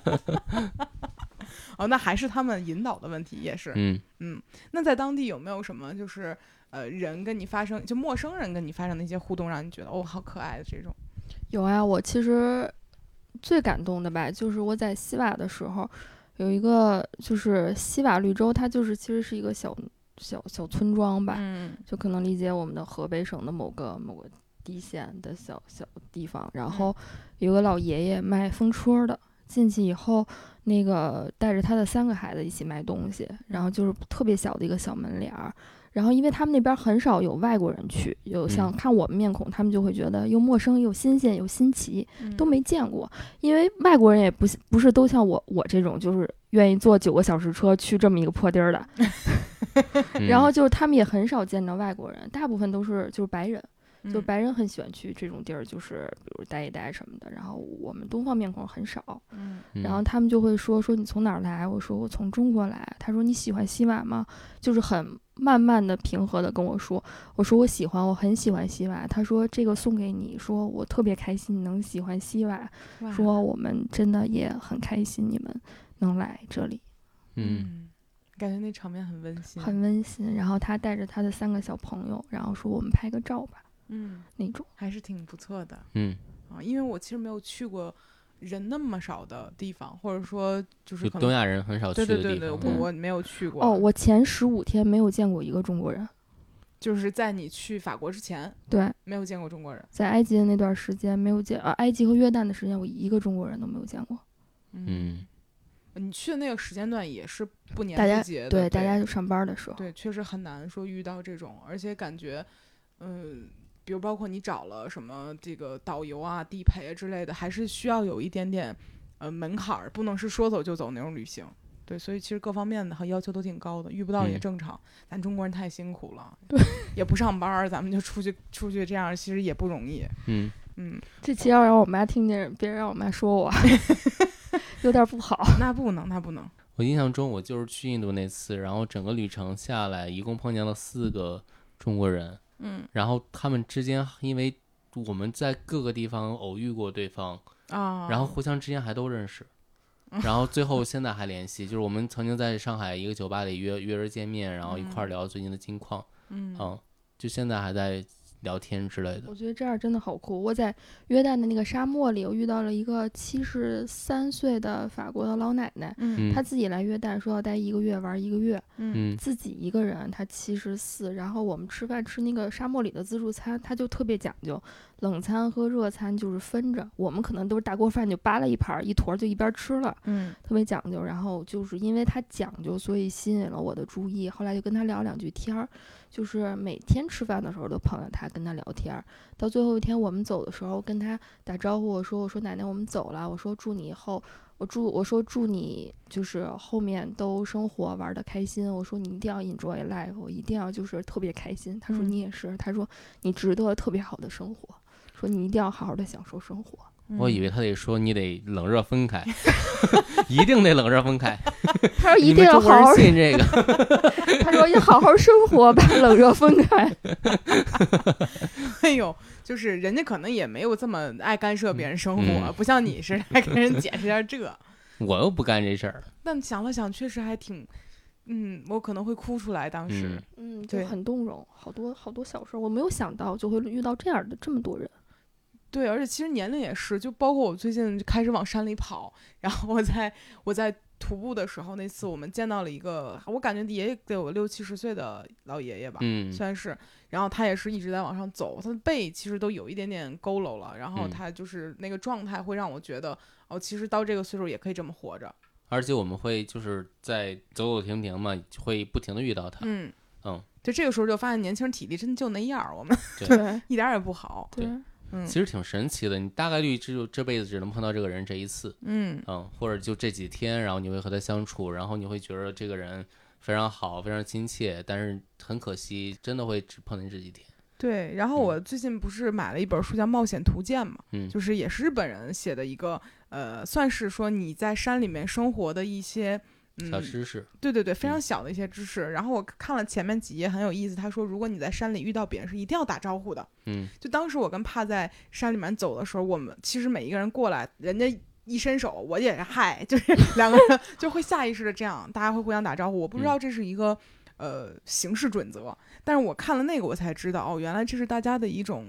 哦，那还是他们引导的问题，也是。 嗯，那在当地有没有什么就是呃人跟你发生就陌生人跟你发生的一些互动，让你觉得哦好可爱的这种？有啊，我其实最感动的吧，就是我在西瓦的时候，有一个就是西瓦绿洲，它就是其实是一个小小小村庄吧，嗯就可能理解我们的河北省的某个某个低县的小小地方。然后有个老爷爷卖风车的，进去以后，那个带着他的三个孩子一起卖东西，然后就是特别小的一个小门脸儿。然后，因为他们那边很少有外国人去，有像嗯看我们面孔，他们就会觉得又陌生又新鲜又新奇，嗯都没见过。因为外国人也不是不是都像我我这种，就是愿意坐九个小时车去这么一个破地儿的，嗯嗯然后就是他们也很少见着外国人，大部分都是就是白人，就嗯白人很喜欢去这种地儿，就是比如待一待什么的。然后我们东方面孔很少，嗯嗯然后他们就会说说你从哪儿来？我说我从中国来。他说你喜欢西瓦吗？就是很慢慢的、平和的跟我说，我说我喜欢，我很喜欢西瓦。他说这个送给你，说我特别开心你能喜欢西瓦，嗯哇说我们真的也很开心你们能来这里。嗯，感觉那场面很温馨，很温馨。然后他带着他的三个小朋友，然后说我们拍个照吧嗯那种。还是挺不错的。嗯，啊，因为我其实没有去过人那么少的地方，或者说就是就可东能亚人很少对去的对对地对，方我。嗯我没有去过哦，我前十五天没有见过一个中国人。就是在你去法国之前对，没有见过中国人，在埃及的那段时间没有见，呃，埃及和约旦的时间我一个中国人都没有见过。嗯，你去的那个时间段也是不年大家不节的，哎对，大家就上班的时候，对，确实很难说遇到这种，而且感觉，嗯、比如包括你找了什么这个导游啊、地陪之类的，还是需要有一点点呃门槛儿，不能是说走就走那种旅行。对，所以其实各方面的和要求都挺高的，遇不到也嗯正常。咱中国人太辛苦了，对，也不上班儿，咱们就出去出去这样，其实也不容易。嗯，嗯，这期要让我妈听见，别让我妈说 我，有点不好。那不能，那不能。我印象中我就是去印度那次，然后整个旅程下来，一共碰见了四个中国人，嗯然后他们之间因为我们在各个地方偶遇过对方，啊，然后互相之间还都 认识，然后最后现在还联系，就是我们曾经在上海一个酒吧里约约着见面，然后一块儿聊最近的近况，嗯啊嗯，就现在还在聊天之类的。 我觉得这样真的好酷。我在约旦的那个沙漠里，我遇到了一个七十三岁的法国的老奶奶，嗯嗯她自己来约旦说要待一个月玩一个月，嗯嗯自己一个人，她七十四。然后我们吃饭吃那个沙漠里的自助餐，她就特别讲究，冷餐和热餐就是分着。我们可能都是大锅饭就扒了一盘儿一坨儿就一边儿吃了，嗯特别讲究。然后就是因为他讲究，所以吸引了我的注意。后来就跟他聊两句天儿，就是每天吃饭的时候都碰到他，跟他聊天儿。到最后一天我们走的时候，跟他打招呼，我说：“我说奶奶，我们走了。我说祝你以后，我祝我说祝你就是后面都生活玩的开心。我说你一定要 enjoy life，我一定要就是特别开心。”他说：“嗯你也是。他说：“你值得特别好的生活。”说你一定要好好的享受生活。嗯我以为他得说你得冷热分开， 一定得冷热分开。他说你一们定要中国好好人信这个，他说要好好生活，把冷热分开。 哎呦，就是人家可能也没有这么爱干涉别人生活，嗯不像你似的还给人解释一下这。我又不干这事儿。但想了想，确实还挺，嗯，我可能会哭出来。当时、嗯， 嗯，就对很动容，好多好多小事儿，我没有想到就会遇到这样的这么多人。对，而且其实年龄也是，就包括我最近就开始往山里跑，然后我在我在徒步的时候，那次我们见到了一个，我感觉也得有六七十岁的老爷爷吧，嗯算是。然后他也是一直在往上走，他的背其实都有一点点佝偻了。然后嗯他就是那个状态，会让我觉得，哦，其实到这个岁数也可以这么活啊着。而且我们会就是在走走停停嘛，会不停的遇到他。嗯嗯，就这个时候就发现年轻人体力真的就那样儿，我们 对一点儿也不好。对对，嗯其实挺神奇的，你大概率只有这辈子只能碰到这个人这一次，嗯嗯，或者就这几天，然后你会和他相处，然后你会觉得这个人非常好，非常亲切，但是很可惜，真的会只碰见这几天。对，然后我最近不是买了一本书叫《冒险图鉴》嘛，嗯就是也是日本人写的一个，呃，算是说你在山里面生活的一些，嗯小，知识，对对对，非常嗯小的一些知识。然后我看了前面几页很有意思，他说如果你在山里遇到别人是一定要打招呼的。嗯就当时我跟帕在山里面走的时候，我们其实每一个人过来，人家。一伸手，我也是嗨， 就是两个人就会下意识的这样，大家会互相打招呼。我不嗯知道这是一个、呃形式准则，但是我看了那个，我才知道哦，原来这是大家的一种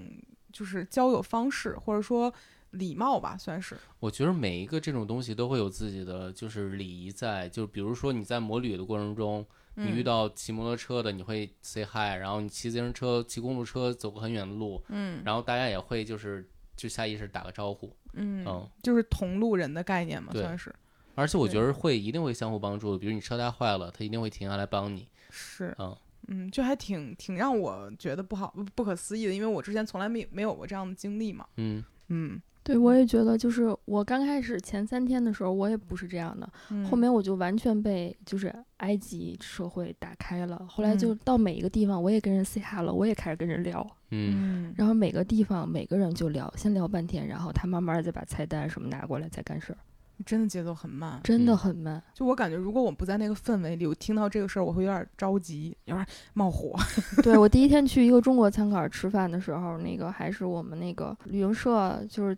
就是交友方式，或者说礼貌吧，算是。我觉得每一个这种东西都会有自己的就是礼仪在，就比如说你在摩旅的过程中，你遇嗯到骑摩托车的，你会 say hi，然后你骑自行车、骑公路车走过很远的路，嗯然后大家也会就是就下意识打个招呼，嗯，嗯，就是同路人的概念嘛，对算是而且我对觉得会一定会相互帮助的，比如你车胎坏了，他一定会停下来帮你，是。嗯嗯，就还挺挺让我觉得不好不可思议的，因为我之前从来没没有过这样的经历嘛。嗯嗯，对我也觉得，就是我刚开始前三天的时候，我也不是这样的，嗯后面我就完全被就是埃及社会打开了。后来就嗯到每一个地方，我也跟人 say hello，我也开始跟人聊，嗯嗯，然后每个地方每个人就聊，先聊半天，然后他慢慢地再把菜单什么拿过来再干事儿，真的节奏很慢，真的嗯很慢。就我感觉，如果我不在那个氛围里，我听到这个事儿，我会有点着急，有点冒火。对我第一天去一个中国餐馆吃饭的时候，那个还是我们那个旅行社，就是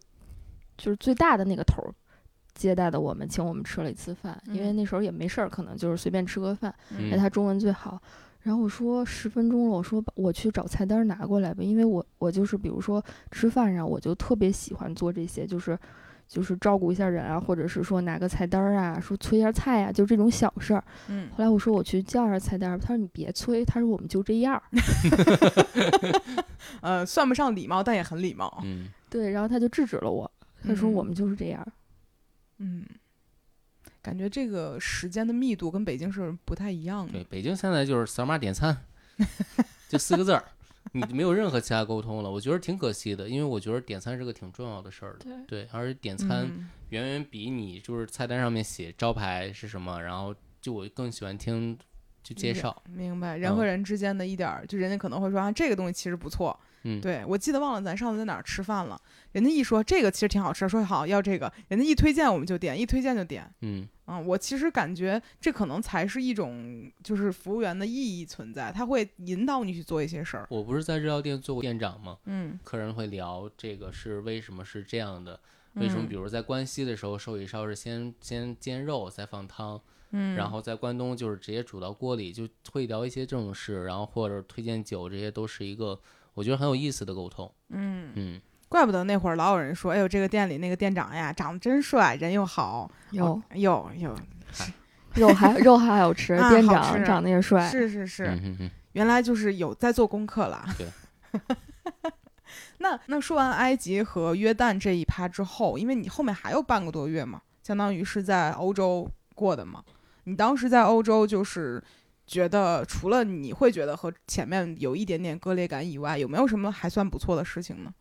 就是最大的那个头儿接待的我们，请我们吃了一次饭，因为嗯那时候也没事儿，可能就是随便吃个饭。哎，嗯他中文最好。然后我说十分钟了，我说我去找菜单拿过来吧，因为我我就是比如说吃饭上，我就特别喜欢做这些，就是就是照顾一下人啊，或者是说拿个菜单儿啊，说催一下菜啊，就这种小事儿。嗯，后来我说我去叫一下菜单儿，他说你别催，他说我们就这样儿。呃，算不上礼貌，但也很礼貌。嗯，对，然后他就制止了我，他说嗯我们就是这样儿。嗯，感觉这个时间的密度跟北京是不太一样嗯对，的。北京现在就是扫码点 餐，就四个字儿，你没有任何其他沟通了，我觉得挺可惜的，因为我觉得点餐是个挺重要的事儿的，对对，而且点餐嗯，远远比你就是菜单上面写招牌是什么，然后就我更喜欢听就介理解绍，明白，人和嗯人之间的一点儿，就人家可能会说啊，这个东西其实不错。嗯对我记得忘了咱上次在哪儿吃饭了，人家一说这个其实挺好吃，说好要这个，人家一推荐我们就点，一推荐就点。嗯嗯，我其实感觉这可能才是一种就是服务员的意义存在，他会引导你去做一些事儿。我不是在日料店做过店长吗？嗯，客人会聊这个是为什么是这样的，为嗯什么比如在关西的时候寿喜烧是先先煎肉再放汤，嗯，然后在关东就是直接煮到锅里，就会聊一些这种事，然后或者推荐酒，这些都是一个我觉得很有意思的沟通。嗯，嗯，怪不得那会儿老有人说，哎呦，这个店里那个店长呀，长得真帅，人又好，哦有有有，哦肉还肉还好吃，啊店好长吃长得也帅，是是是，嗯哼哼原来就是有在做功课了。对。那那说完埃及和约旦这一趴之后，因为你后面还有半个多月嘛，相当于是在欧洲过的嘛。你当时在欧洲就是觉得，除了你会觉得和前面有一点点割裂感以外，有没有什么还算不错的事情呢？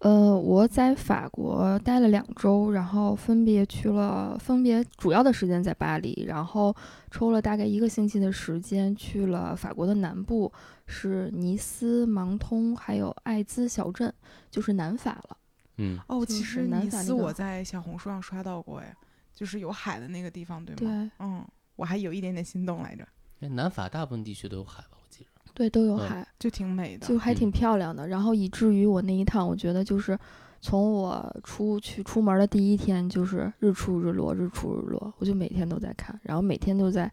呃，我在法国待了两周，然后分别去了，分别主要的时间在巴黎，然后抽了大概一个星期的时间去了法国的南部，是尼斯、芒通还有艾兹小镇，就是南法了。 嗯，哦，就其是实南尼法斯那个我在小红书上刷到过，哎，就是有海的那个地方，对吗？对嗯，我还有一点点心动来着，哎南法大部分地区都有海吧？我记着。对，都有嗯海，就挺美的。就还嗯挺漂亮的。然后以至于我那一趟，我觉得就是从我出去出门的第一天，就是日出日落，日出日落，我就每天都在看，然后每天都在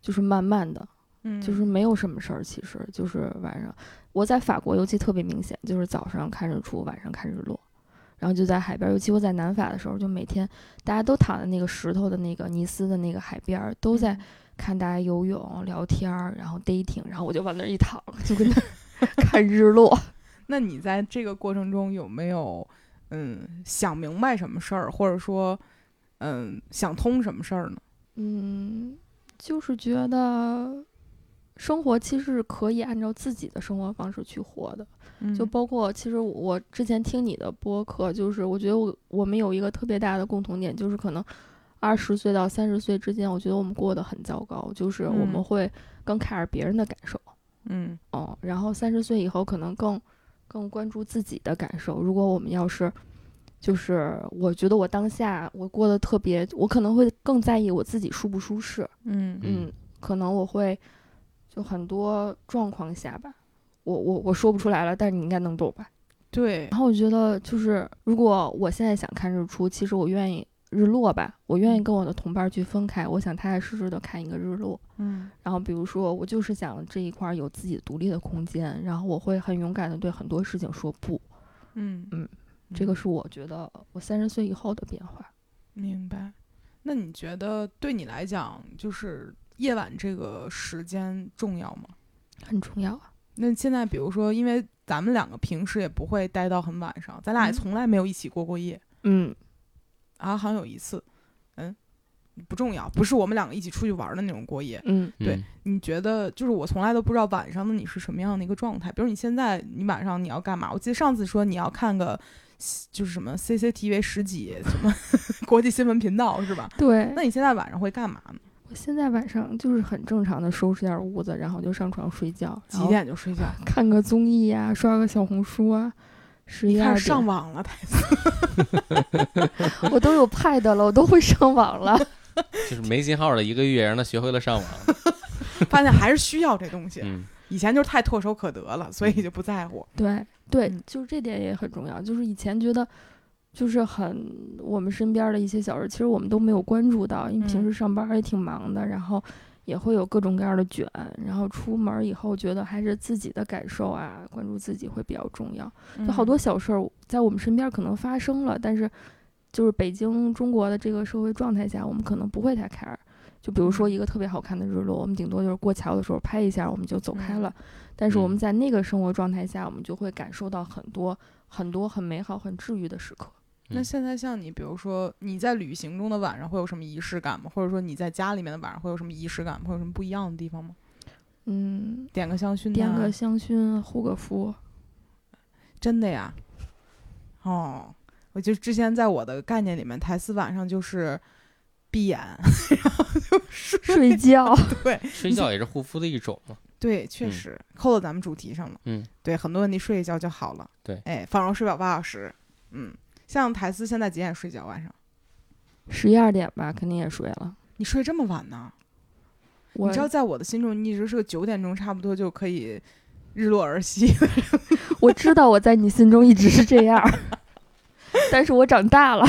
就是慢慢的。嗯，就是没有什么事儿，其实就是晚上我在法国，尤其特别明显，就是早上看日出，晚上看日落，然后就在海边儿，尤其我在南法的时候，就每天大家都躺在那个石头的那个尼斯的那个海边儿，嗯都在看大家游泳、聊天儿，然后 dating，然后我就往那儿一躺，就跟那儿 看日落。那你在这个过程中有没有嗯想明白什么事儿，或者说嗯想通什么事儿呢？嗯，就是觉得生活其实是可以按照自己的生活方式去活的。嗯就包括其实我我之前听你的播客，就是我觉得我我们有一个特别大的共同点，就是可能二十岁到三十岁之间，我觉得我们过得很糟糕，就是我们嗯会更 care 别人的感受，嗯哦，然后三十岁以后可能更更关注自己的感受。如果我们要是就是我觉得我当下我过得特别，我可能会更在意我自己舒不舒适，嗯嗯嗯，可能我会就很多状况下吧，我我我说不出来了，但是你应该能懂吧。对然后我觉得就是，如果我现在想看日出，其实我愿意日落吧，我愿意跟我的同伴去分开，我想踏踏实实的看一个日落。嗯然后比如说，我就是想这一块儿有自己独立的空间，然后我会很勇敢的对很多事情说不。嗯嗯这个是我觉得我三十岁以后的变化。嗯明白。那你觉得对你来讲，就是夜晚这个时间重要吗？很重要啊，那现在比如说，因为咱们两个平时也不会待到很晚上，咱俩也嗯从来没有一起过过夜。嗯，啊，好像有一次，嗯，不重要，不是我们两个一起出去玩儿的那种过夜。嗯，对嗯，你觉得就是我从来都不知道晚上的你是什么样的一个状态，比如你现在你晚上你要干嘛？我记得上次说你要看个就是什么 CCTV 十几什么 国际新闻频道是吧？对。那你现在晚上会干嘛呢？我现在晚上就是很正常的收拾点儿屋子，然后就上床睡觉，几然后点就睡觉？看个综艺呀、刷个小红书啊，十一你二开点始上网了，太我都有 Pad 了，我都会上网了。就是没信号了一个月，让他学会了上网。 发现还是需要这东西。嗯以前就是太唾手可得了，所以就不在乎。对对，嗯就是这点也很重要。就是以前觉得，就是很我们身边的一些小事，其实我们都没有关注到，因为平嗯时上班也挺忙的，然后也会有各种各样的卷，然后出门以后觉得还是自己的感受啊，关注自己会比较重要。嗯就好多小事儿在我们身边可能发生了，但是就是北京中国的这个社会状态下，我们可能不会太 care。就比如说一个特别好看的日落，我们顶多就是过桥的时候拍一下，我们就走开了。但是我们嗯在那个生活状态下，我们就会感受到很多很多很美好、很治愈的时刻。那现在像你，比如说你在旅行中的晚上会有什么仪式感吗？或者说你在家里面的晚上会有什么仪式感吗？会有什么不一样的地方吗？嗯，点个香薰呐，点个香薰，护个 肤，真的呀？哦，我就之前在我的概念里面，台词晚上就是闭眼， 然后就睡。睡觉。睡觉也是护肤的一种嘛。对，确嗯实扣到咱们主题上了。嗯，对，很多问题睡一觉就好了。对哎，放容睡饱八小时。嗯，像台词现在几点睡觉？晚上 十一二点吧，肯定也睡了。你睡这么晚呢？我你知道，在我的心中，你一直是个九点钟差不多就可以日落而息 的。我知道我在你心中一直是这样儿， 但是我长大了。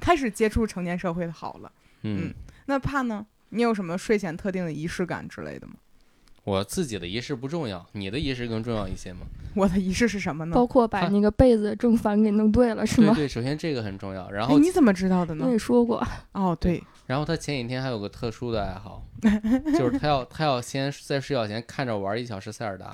开始接触成年社会的好了。嗯嗯，那怕呢？你有什么睡前特定的仪式感之类的吗？我自己的仪式不重要，你的仪式更重要一些吗？我的仪式是什么呢？包括把看那个被子正反给弄对了，是对吗？对，首先这个很重要。然哎，后，你怎么知道的我呢？也说过，哦，对，然后他前几天还有个特殊的爱好， 就是他要他要先在睡觉前看着玩一小时塞尔达。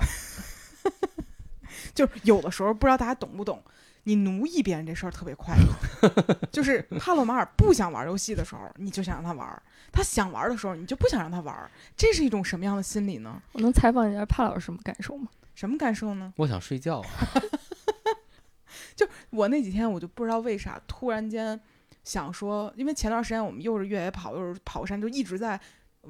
就是有的时候不知道大家懂不懂，你奴役别人这事儿特别快乐。 就是帕洛马尔不想玩游戏的时候，你就想让他玩儿；他想玩的时候，你就不想让他玩儿。这是一种什么样的心理呢？我能采访一下帕老师什么感受吗？什么感受呢？我想睡觉啊，我那几天我就不知道为啥突然间想说，因为前段时间我们又是越野跑又是跑山，就一直在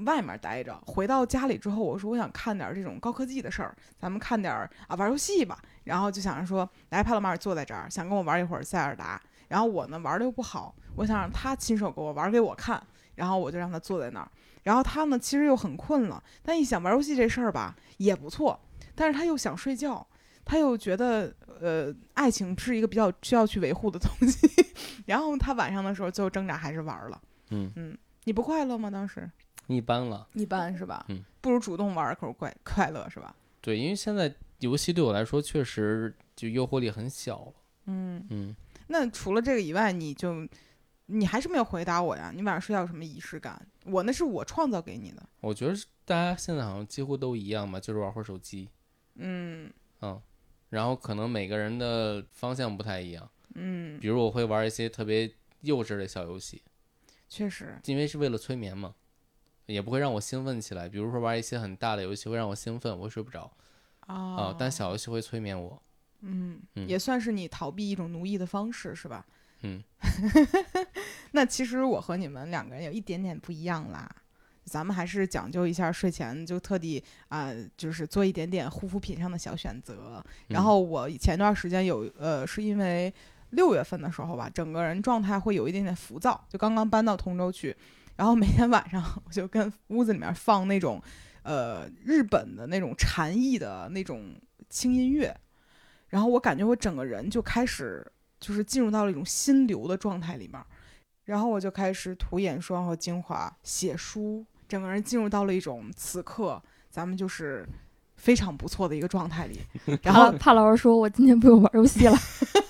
外面待着。回到家里之后，我说我想看点这种高科技的事儿，咱们看点儿啊玩游戏吧。然后就想着说，来帕洛马尔坐在这儿，想跟我玩一会儿塞尔达。然后我呢玩的又不好，我想让他亲手给我玩给我看，然后我就让他坐在那儿。然后他呢其实又很困了，但一想玩游戏这事儿吧也不错，但是他又想睡觉，他又觉得呃，爱情是一个比较需要去维护的东西。 然后他晚上的时候最后挣扎还是玩儿了。嗯你不快乐吗？当时一般了。一般是吧？嗯，不如主动玩儿，可是快快乐是吧？对，因为现在游戏对我来说确实就诱惑力很小了。嗯，嗯，那除了这个以外，你就你还是没有回答我呀？你晚上睡觉有什么仪式感？我那是我创造给你的。我觉得大家现在好像几乎都一样嘛，就是玩会儿手机，嗯嗯，然后可能每个人的方向不太一样。嗯，比如我会玩一些特别幼稚的小游戏，确实，因为是为了催眠嘛，也不会让我兴奋起来。比如说玩一些很大的游戏会让我兴奋，我会睡不着啊、哦，但小游戏会催眠我。嗯，嗯也算是你逃避一种奴役的方式，是吧？嗯， 那其实我和你们两个人有一点点不一样啦。咱们还是讲究一下睡前，就特地啊、就是做一点点护肤品上的小选择。嗯然后我前段时间有呃，是因为六月份的时候吧，整个人状态会有一点点浮躁，就刚刚搬到通州去，然后每天晚上 我就跟屋子里面放那种呃日本的那种禅意的那种轻音乐，然后我感觉我整个人就开始就是进入到了一种心流的状态里面，然后我就开始涂眼霜和精华，写书，整个人进入到了一种此刻咱们就是非常不错的一个状态里， 然后啊帕老师说：“我今天不用玩游戏了。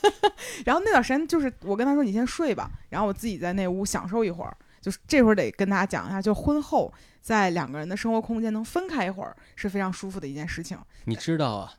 然后那段时间就是我跟他说你先睡吧，然后我自己在那屋享受一会儿。就是这会儿得跟大家讲一下，就婚后在两个人的生活空间能分开一会儿是非常舒服的一件事情你知道啊，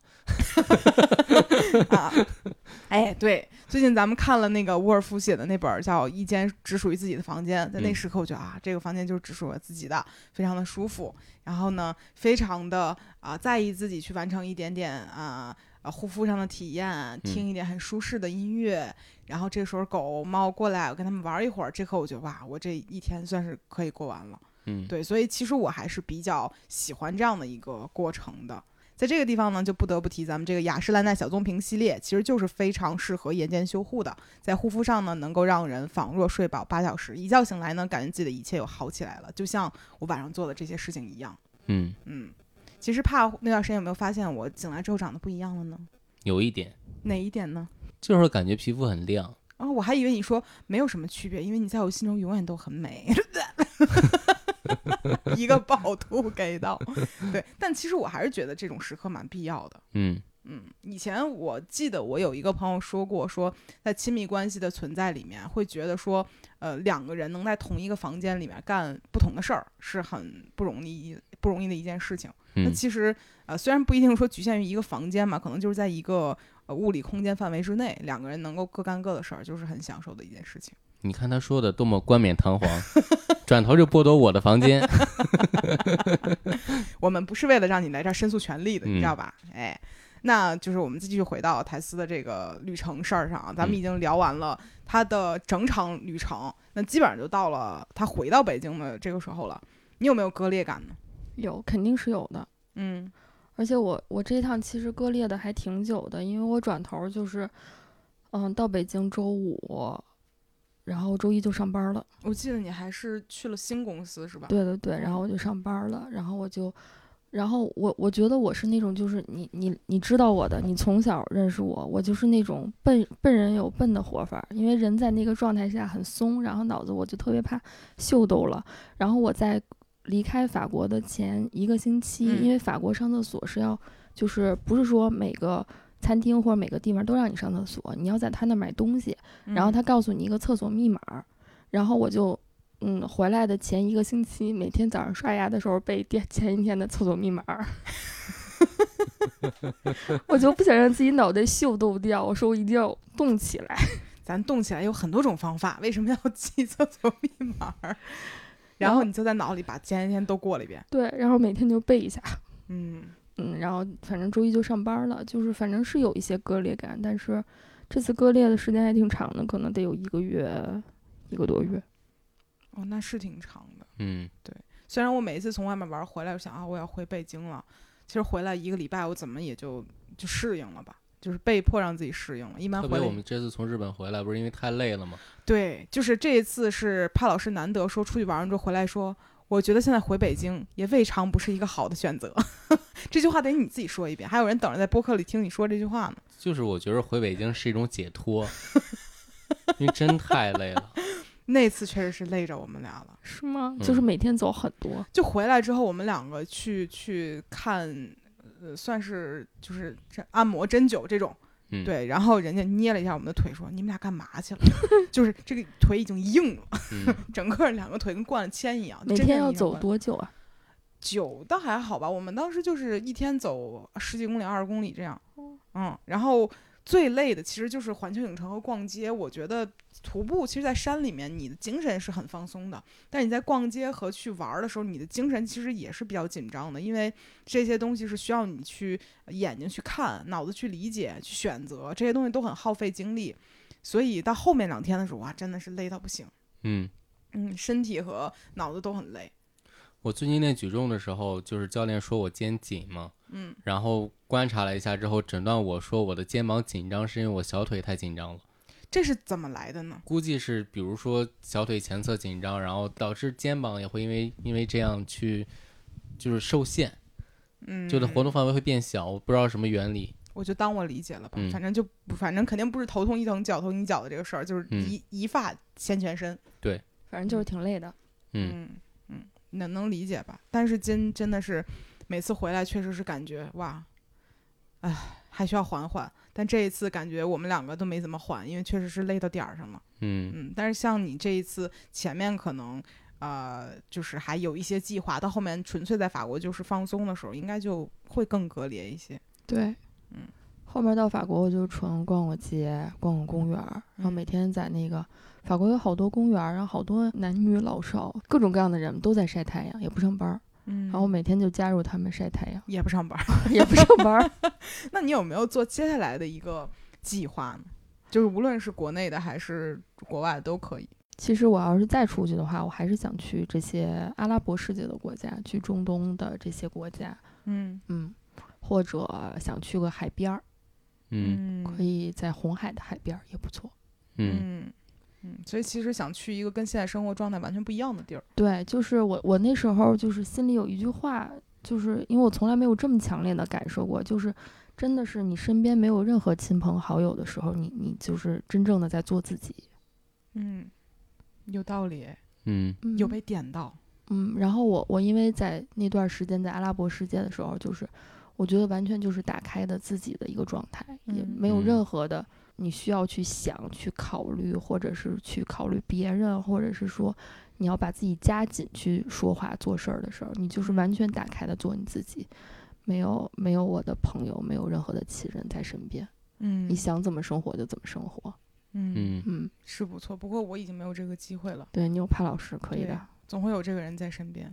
啊。 哎，对，最近咱们看了那个沃尔夫写的那本儿叫《一间只属于自己的房间》，在那嗯时刻我觉得啊，这个房间就是只属于我自己的，非常的舒服。然后呢，非常的啊、在意自己去完成一点点啊。啊，护肤上的体验，听一点很舒适的音乐，然后这时候狗猫过来，我跟它们玩一会儿，这刻我觉得哇，我这一天算是可以过完了。嗯，对，所以其实我还是比较喜欢这样的一个过程的。在这个地方呢，就不得不提咱们这个雅诗兰黛小棕瓶系列，其实就是非常适合夜间修护的，在护肤上呢，能够让人仿若睡饱八小时，一觉醒来呢，感觉自己的一切又好起来了，就像我晚上做的这些事情一样。嗯，嗯，其实怕那段时间有没有发现我醒来之后长得不一样了呢？有一点哪一点呢？就是感觉皮肤很亮。啊、我还以为你说没有什么区别，因为你在我心中永远都很美。 一个暴徒给到，对，但其实我还是觉得这种时刻蛮必要的。嗯，嗯，以前我记得我有一个朋友说过，说在亲密关系的存在里面，会觉得说，呃，两个人能在同一个房间里面干不同的事儿，是很不容易不容易的一件事情。那嗯其实呃，虽然不一定说局限于一个房间嘛，可能就是在一个呃物理空间范围之内，两个人能够各干各的事儿，就是很享受的一件事情。你看他说的多么冠冕堂皇， 转头就剥夺我的房间。我们不是为了让你来这儿申诉权利的，你知嗯道吧？哎，那就是我们继续回到台斯的这个旅程事儿上啊，嗯咱们已经聊完了他的整场旅程，那基本上就到了他回到北京的这个时候了。你有没有割裂感呢？”有，肯定是有的。嗯，而且我我这一趟其实割裂的还挺久的，因为我转头就是，嗯，到北京周五，然后周一就上班了。我记得你还是去了新公司是吧？对对对，然后我就上班了，然后我就，然后我我觉得我是那种就是你你你知道我的，你从小认识我，我就是那种笨笨人有笨的活法儿，因为人在那个状态下很松，然后脑子我就特别怕秀逗了，然后我在离开法国的前一个星期，嗯因为法国上厕所是要，就是不是说每个餐厅或者每个地方都让你上厕所，你要在他那买东西，然嗯后他告诉你一个厕所密码儿，然后我就嗯回来的前一个星期，每天早上刷牙的时候背第前一天的厕所密码儿， 我就不想让自己脑袋秀逗掉，我说我一定要动起来。咱动起来有很多种方法，为什么要 记厕所密码儿？然后你就在脑里把前一天都过了一遍。对，然后每天就背一下，嗯，嗯，然后反正周一就上班了，就是反正是有一些割裂感，但是这次割裂的时间还挺长的，可能得有一个月，一个多月。哦，那是挺长的。 嗯，虽然我每一次从外面玩回来，我想啊，我要回北京了。其实回来一个礼拜，我怎么也就就适应了吧，就是被迫让自己适应了。一般特回别来我们这次从日本回来，不是因为太累了吗？对，就是这一次是帕老师难得说出去玩完之后回来说，我觉得现在回北京也未尝不是一个好的选择。 这句话得你自己说一遍，还有人等着在播客里听你说这句话呢。就是我觉得回北京是一种解 脱，因为真太累了。那次确实是累着我们俩了。是吗？哦就是嗯每天走很多，就回来之后，我们两个去去看，呃，算是就是这按摩针灸这种，嗯，，对。然后人家捏了一下我们的腿，说：“你们俩干嘛去了？”就是这个腿已经硬了， 嗯，整个两个腿跟灌了铅一样。每真天正要一样走灌多久啊？久倒还好吧，我们当时就是一天走十几公里、二十公里这样，嗯，然后最累的其实就是环球影城和逛街。我觉得徒步其实，在山里面你的精神是很放松的，但你在逛街和去玩儿的时候，你的精神其实也是比较紧张的，因为这些东西是需要你去呃眼睛去看、脑子去理解、去选择，这些东西都很耗费精力。所以到后面两天的时候，哇，真的是累到不行，嗯。嗯，身体和脑子都很累，我最近练举重的时候，就是教练说我肩紧嘛，嗯，然后观察了一下之后，诊断我说我的肩膀紧张是因为我小腿太紧张了，这是怎么来的呢？估计是比如说小腿前侧紧张，然后导致肩膀也会因为因为这样去就是受限，嗯，就的活动范围会变小，我不知道什么原理。我就当我理解了吧，嗯反正就不反正肯定不是头痛医头脚痛医脚的这个事儿，就是嗯一、一发牵全身。反正就是挺累的。嗯，嗯嗯，能能理解吧？但是真真的是每次回来确实是感觉哇，哎，还需要缓缓。但这一次感觉我们两个都没怎么缓，因为确实是累到点儿上了。嗯嗯，但是像你这一次前面可能。呃，就是还有一些计划，到后面纯粹在法国就是放松的时候，应该就会更割裂一些。对，嗯，后面到法国我就纯逛逛街、逛逛公园儿，然后嗯每天在那个法国有好多公园儿，然后好多男女老少各种各样的人都在晒太阳，也不上班儿，嗯，然后我每天就加入他们晒太阳 也不上班。也不上班儿。那你有没有做接下来的一个计划呢？就是无论是国内的还是国外的都可以。其实我要是再出去的话，我还是想去这些阿拉伯世界的国家，去中东的这些国家，嗯嗯，或者想去个海边儿，嗯嗯可以在红海的海边儿也不错。嗯嗯嗯，所以其实想去一个跟现在生活状态完全不一样的地儿。对，就是我我那时候就是心里有一句话，就是因为我从来没有这么强烈的感受过，就是真的是你身边没有任何亲朋好友的时候，你你就是真正的在做自己，嗯，有道理，哎嗯嗯有被点到。嗯，然后我我因为在那段时间在阿拉伯世界的时候，就是我觉得完全就是打开的自己的一个状态，也嗯没有嗯任何的你需要去想、去考虑，或者是去考虑别人，或者是说你要把自己加紧去说话、做事儿的时候，你就是完全打开的做你自己，没有没有我的朋友，没有任何的亲人在身边，嗯你想怎么生活就怎么生活。嗯，嗯嗯，是不错。不过我已经没有这个机会了，对你有帕老师可以对的，总会有这个人在身边。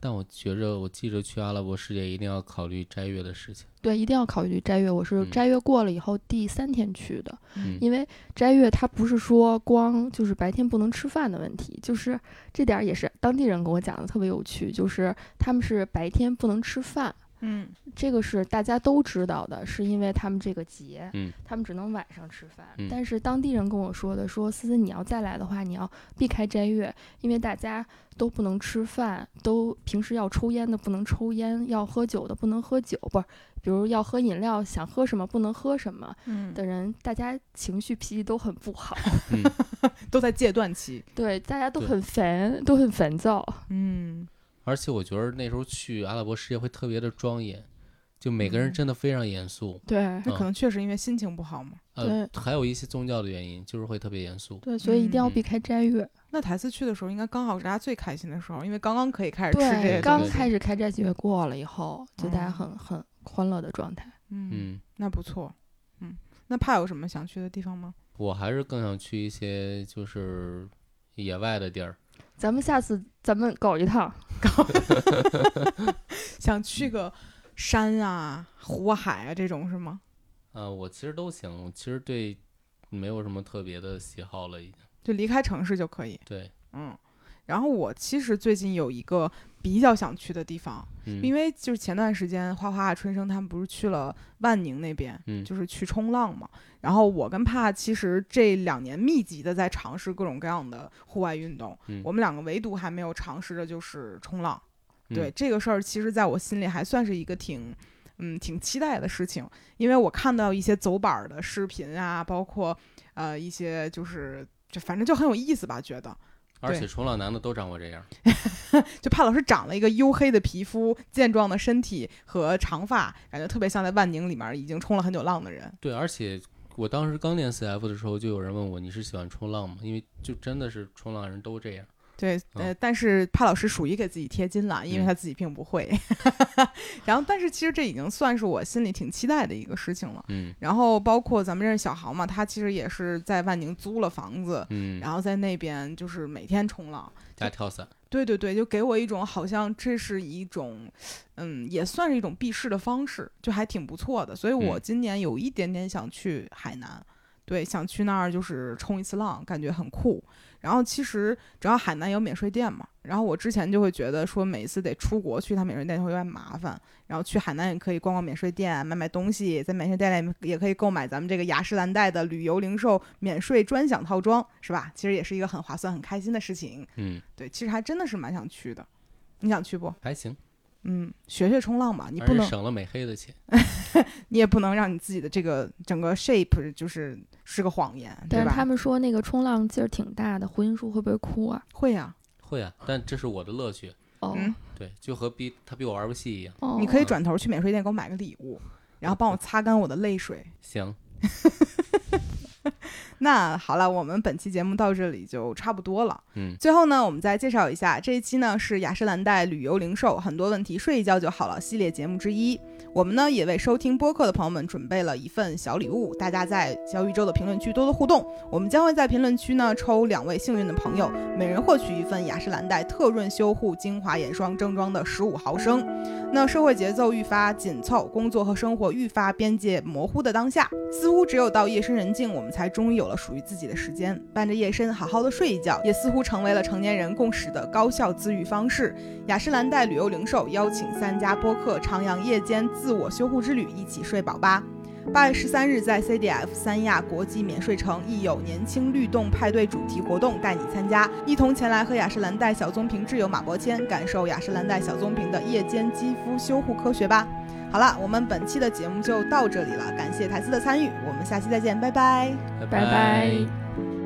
但我觉着，我记着去阿拉伯世界一定要考虑斋月的事情。对，一定要考虑斋月。我是嗯斋月过了以后第三天去的，嗯因为斋月它不是说光就是白天不能吃饭的问题，就是这点儿也是当地人跟我讲的特别有趣，就是他们是白天不能吃饭，嗯这个是大家都知道的，是因为他们这个节，嗯他们只能晚上吃饭。嗯但是当地人跟我说的，说思思你要再来的话，你要避开斋月，因为大家都不能吃饭，都平时要抽烟的不能抽烟，要喝酒的不能喝酒，不是，比如要喝饮料，想喝什么不能喝什么嗯，的人，大家情绪脾气都很不 好，嗯都在戒断期。对，大家都对很烦，都很烦躁。嗯而且我觉得那时候去阿拉伯世界会特别的庄严，就每个人真的非常严肃。嗯对嗯那可能确实因为心情不好嘛。呃，还有一些宗教的原因，就是会特别严肃。对，所以一定要避嗯开斋月。那台次去的时候，应该刚好是大家最开心的时候，因为刚刚可以开始吃这对，些刚东西。刚开始开斋月过了以后，就大家嗯很很欢乐的状态。嗯，嗯，那不错。嗯，那怕有什么想去的地方吗？我还是更想去一些就是野外的地儿。咱们下次咱们搞一趟，想去个山啊、湖啊海啊这种是吗？呃，我其实都行，我其实对没有什么特别的喜好了，已经。就离开城市就可以。对，嗯，然后我其实最近有一个比较想去的地方，嗯因为就是前段时间花花、春生他们不是去了万宁那边，嗯就是去冲浪嘛。然后我跟帕其实这两年密集的在尝试各种各样的户外运动，嗯我们两个唯独还没有尝试的就是冲浪。嗯对这个事儿，其实在我心里还算是一个挺。嗯，挺期待的事情，因为我看到一些走板儿的视频啊，包括呃一些就是就反正就很有意思吧，觉得而对且冲浪男的都长我这样。就帕老师长了一个黝黑的皮肤、健壮的身体和长发，感觉特别像在万宁里面已经冲了很久浪的人。对，而且我当时刚练 CF 的时候，就有人问我你是喜欢冲浪吗？因为就真的是冲浪人都这样。对，呃，嗯但是帕老师属于给自己贴金了，因为嗯他自己并不会。 然后，但是其实这已经算是我心里挺期待的一个事情了。嗯然后，包括咱们认识小豪嘛，他其实也是在万宁租了房子，嗯，然后在那边就是每天冲浪。加跳伞。对对对，就给我一种好像这是一种，嗯，也算是一种避世的方式，就还挺不错的。所以我嗯今年有一点点想去海南，对，想去那儿就是冲一次浪，感觉很酷。然后其实只要海南有免税店嘛，然后我之前就会觉得说每一次得出国去趟免税店会有点麻烦，然后去海南也可以逛逛免税店，买买东西，在免税店里也可以购买咱们这个雅诗兰黛的旅游零售免税专享套装，是吧？其实也是一个很划算、很开心的事情。嗯，对，其实还真的是蛮想去的。你想去不？还行，嗯，学学冲浪吧，你而不且能，省了美黑的钱。你也不能让你自己的这个整个 shape 就是是个谎言，但对是吧？他们说那个冲浪劲儿挺大的，胡云树会不会哭啊？会呀、会啊，但这是我的乐趣。哦，嗯对，就和逼他比我玩游戏一样。哦你可以转头去免税店给我买个礼物，然后帮嗯我擦干我的泪水。行，那好了，我们本期节目到这里就差不多了。嗯最后呢，我们再介绍一下，这一期呢是雅诗兰黛旅游零售很多问题睡一觉就好了系列节目之一。我们呢也为收听播客的朋友们准备了一份小礼物，大家在小宇宙的评论区多多互动。我们将会在评论区呢抽两位幸运的朋友，每人获取一份雅诗兰黛特润修护精华眼霜正装的十五毫升。那社会节奏愈发紧凑，工作和生活愈发边界模糊的当下，似乎只有到夜深人静，我们才终于有了属于自己的时间，伴着夜深好好的睡一觉，也似乎成为了成年人共识的高效自愈方式。雅诗兰黛旅游零售邀请三家播客徜徉夜间自我修护之旅，一起睡饱吧。八月十三日，在 CDF 三亚国际免税城亦有年轻律动派对主题活动带你参加，一同前来和雅诗兰黛小棕瓶挚友马伯骞感受雅诗兰黛小棕瓶的夜间肌肤修护科学吧。好了，我们本期的节目就到这里了，感谢台斯的参与，我们下期再见，拜拜。拜拜拜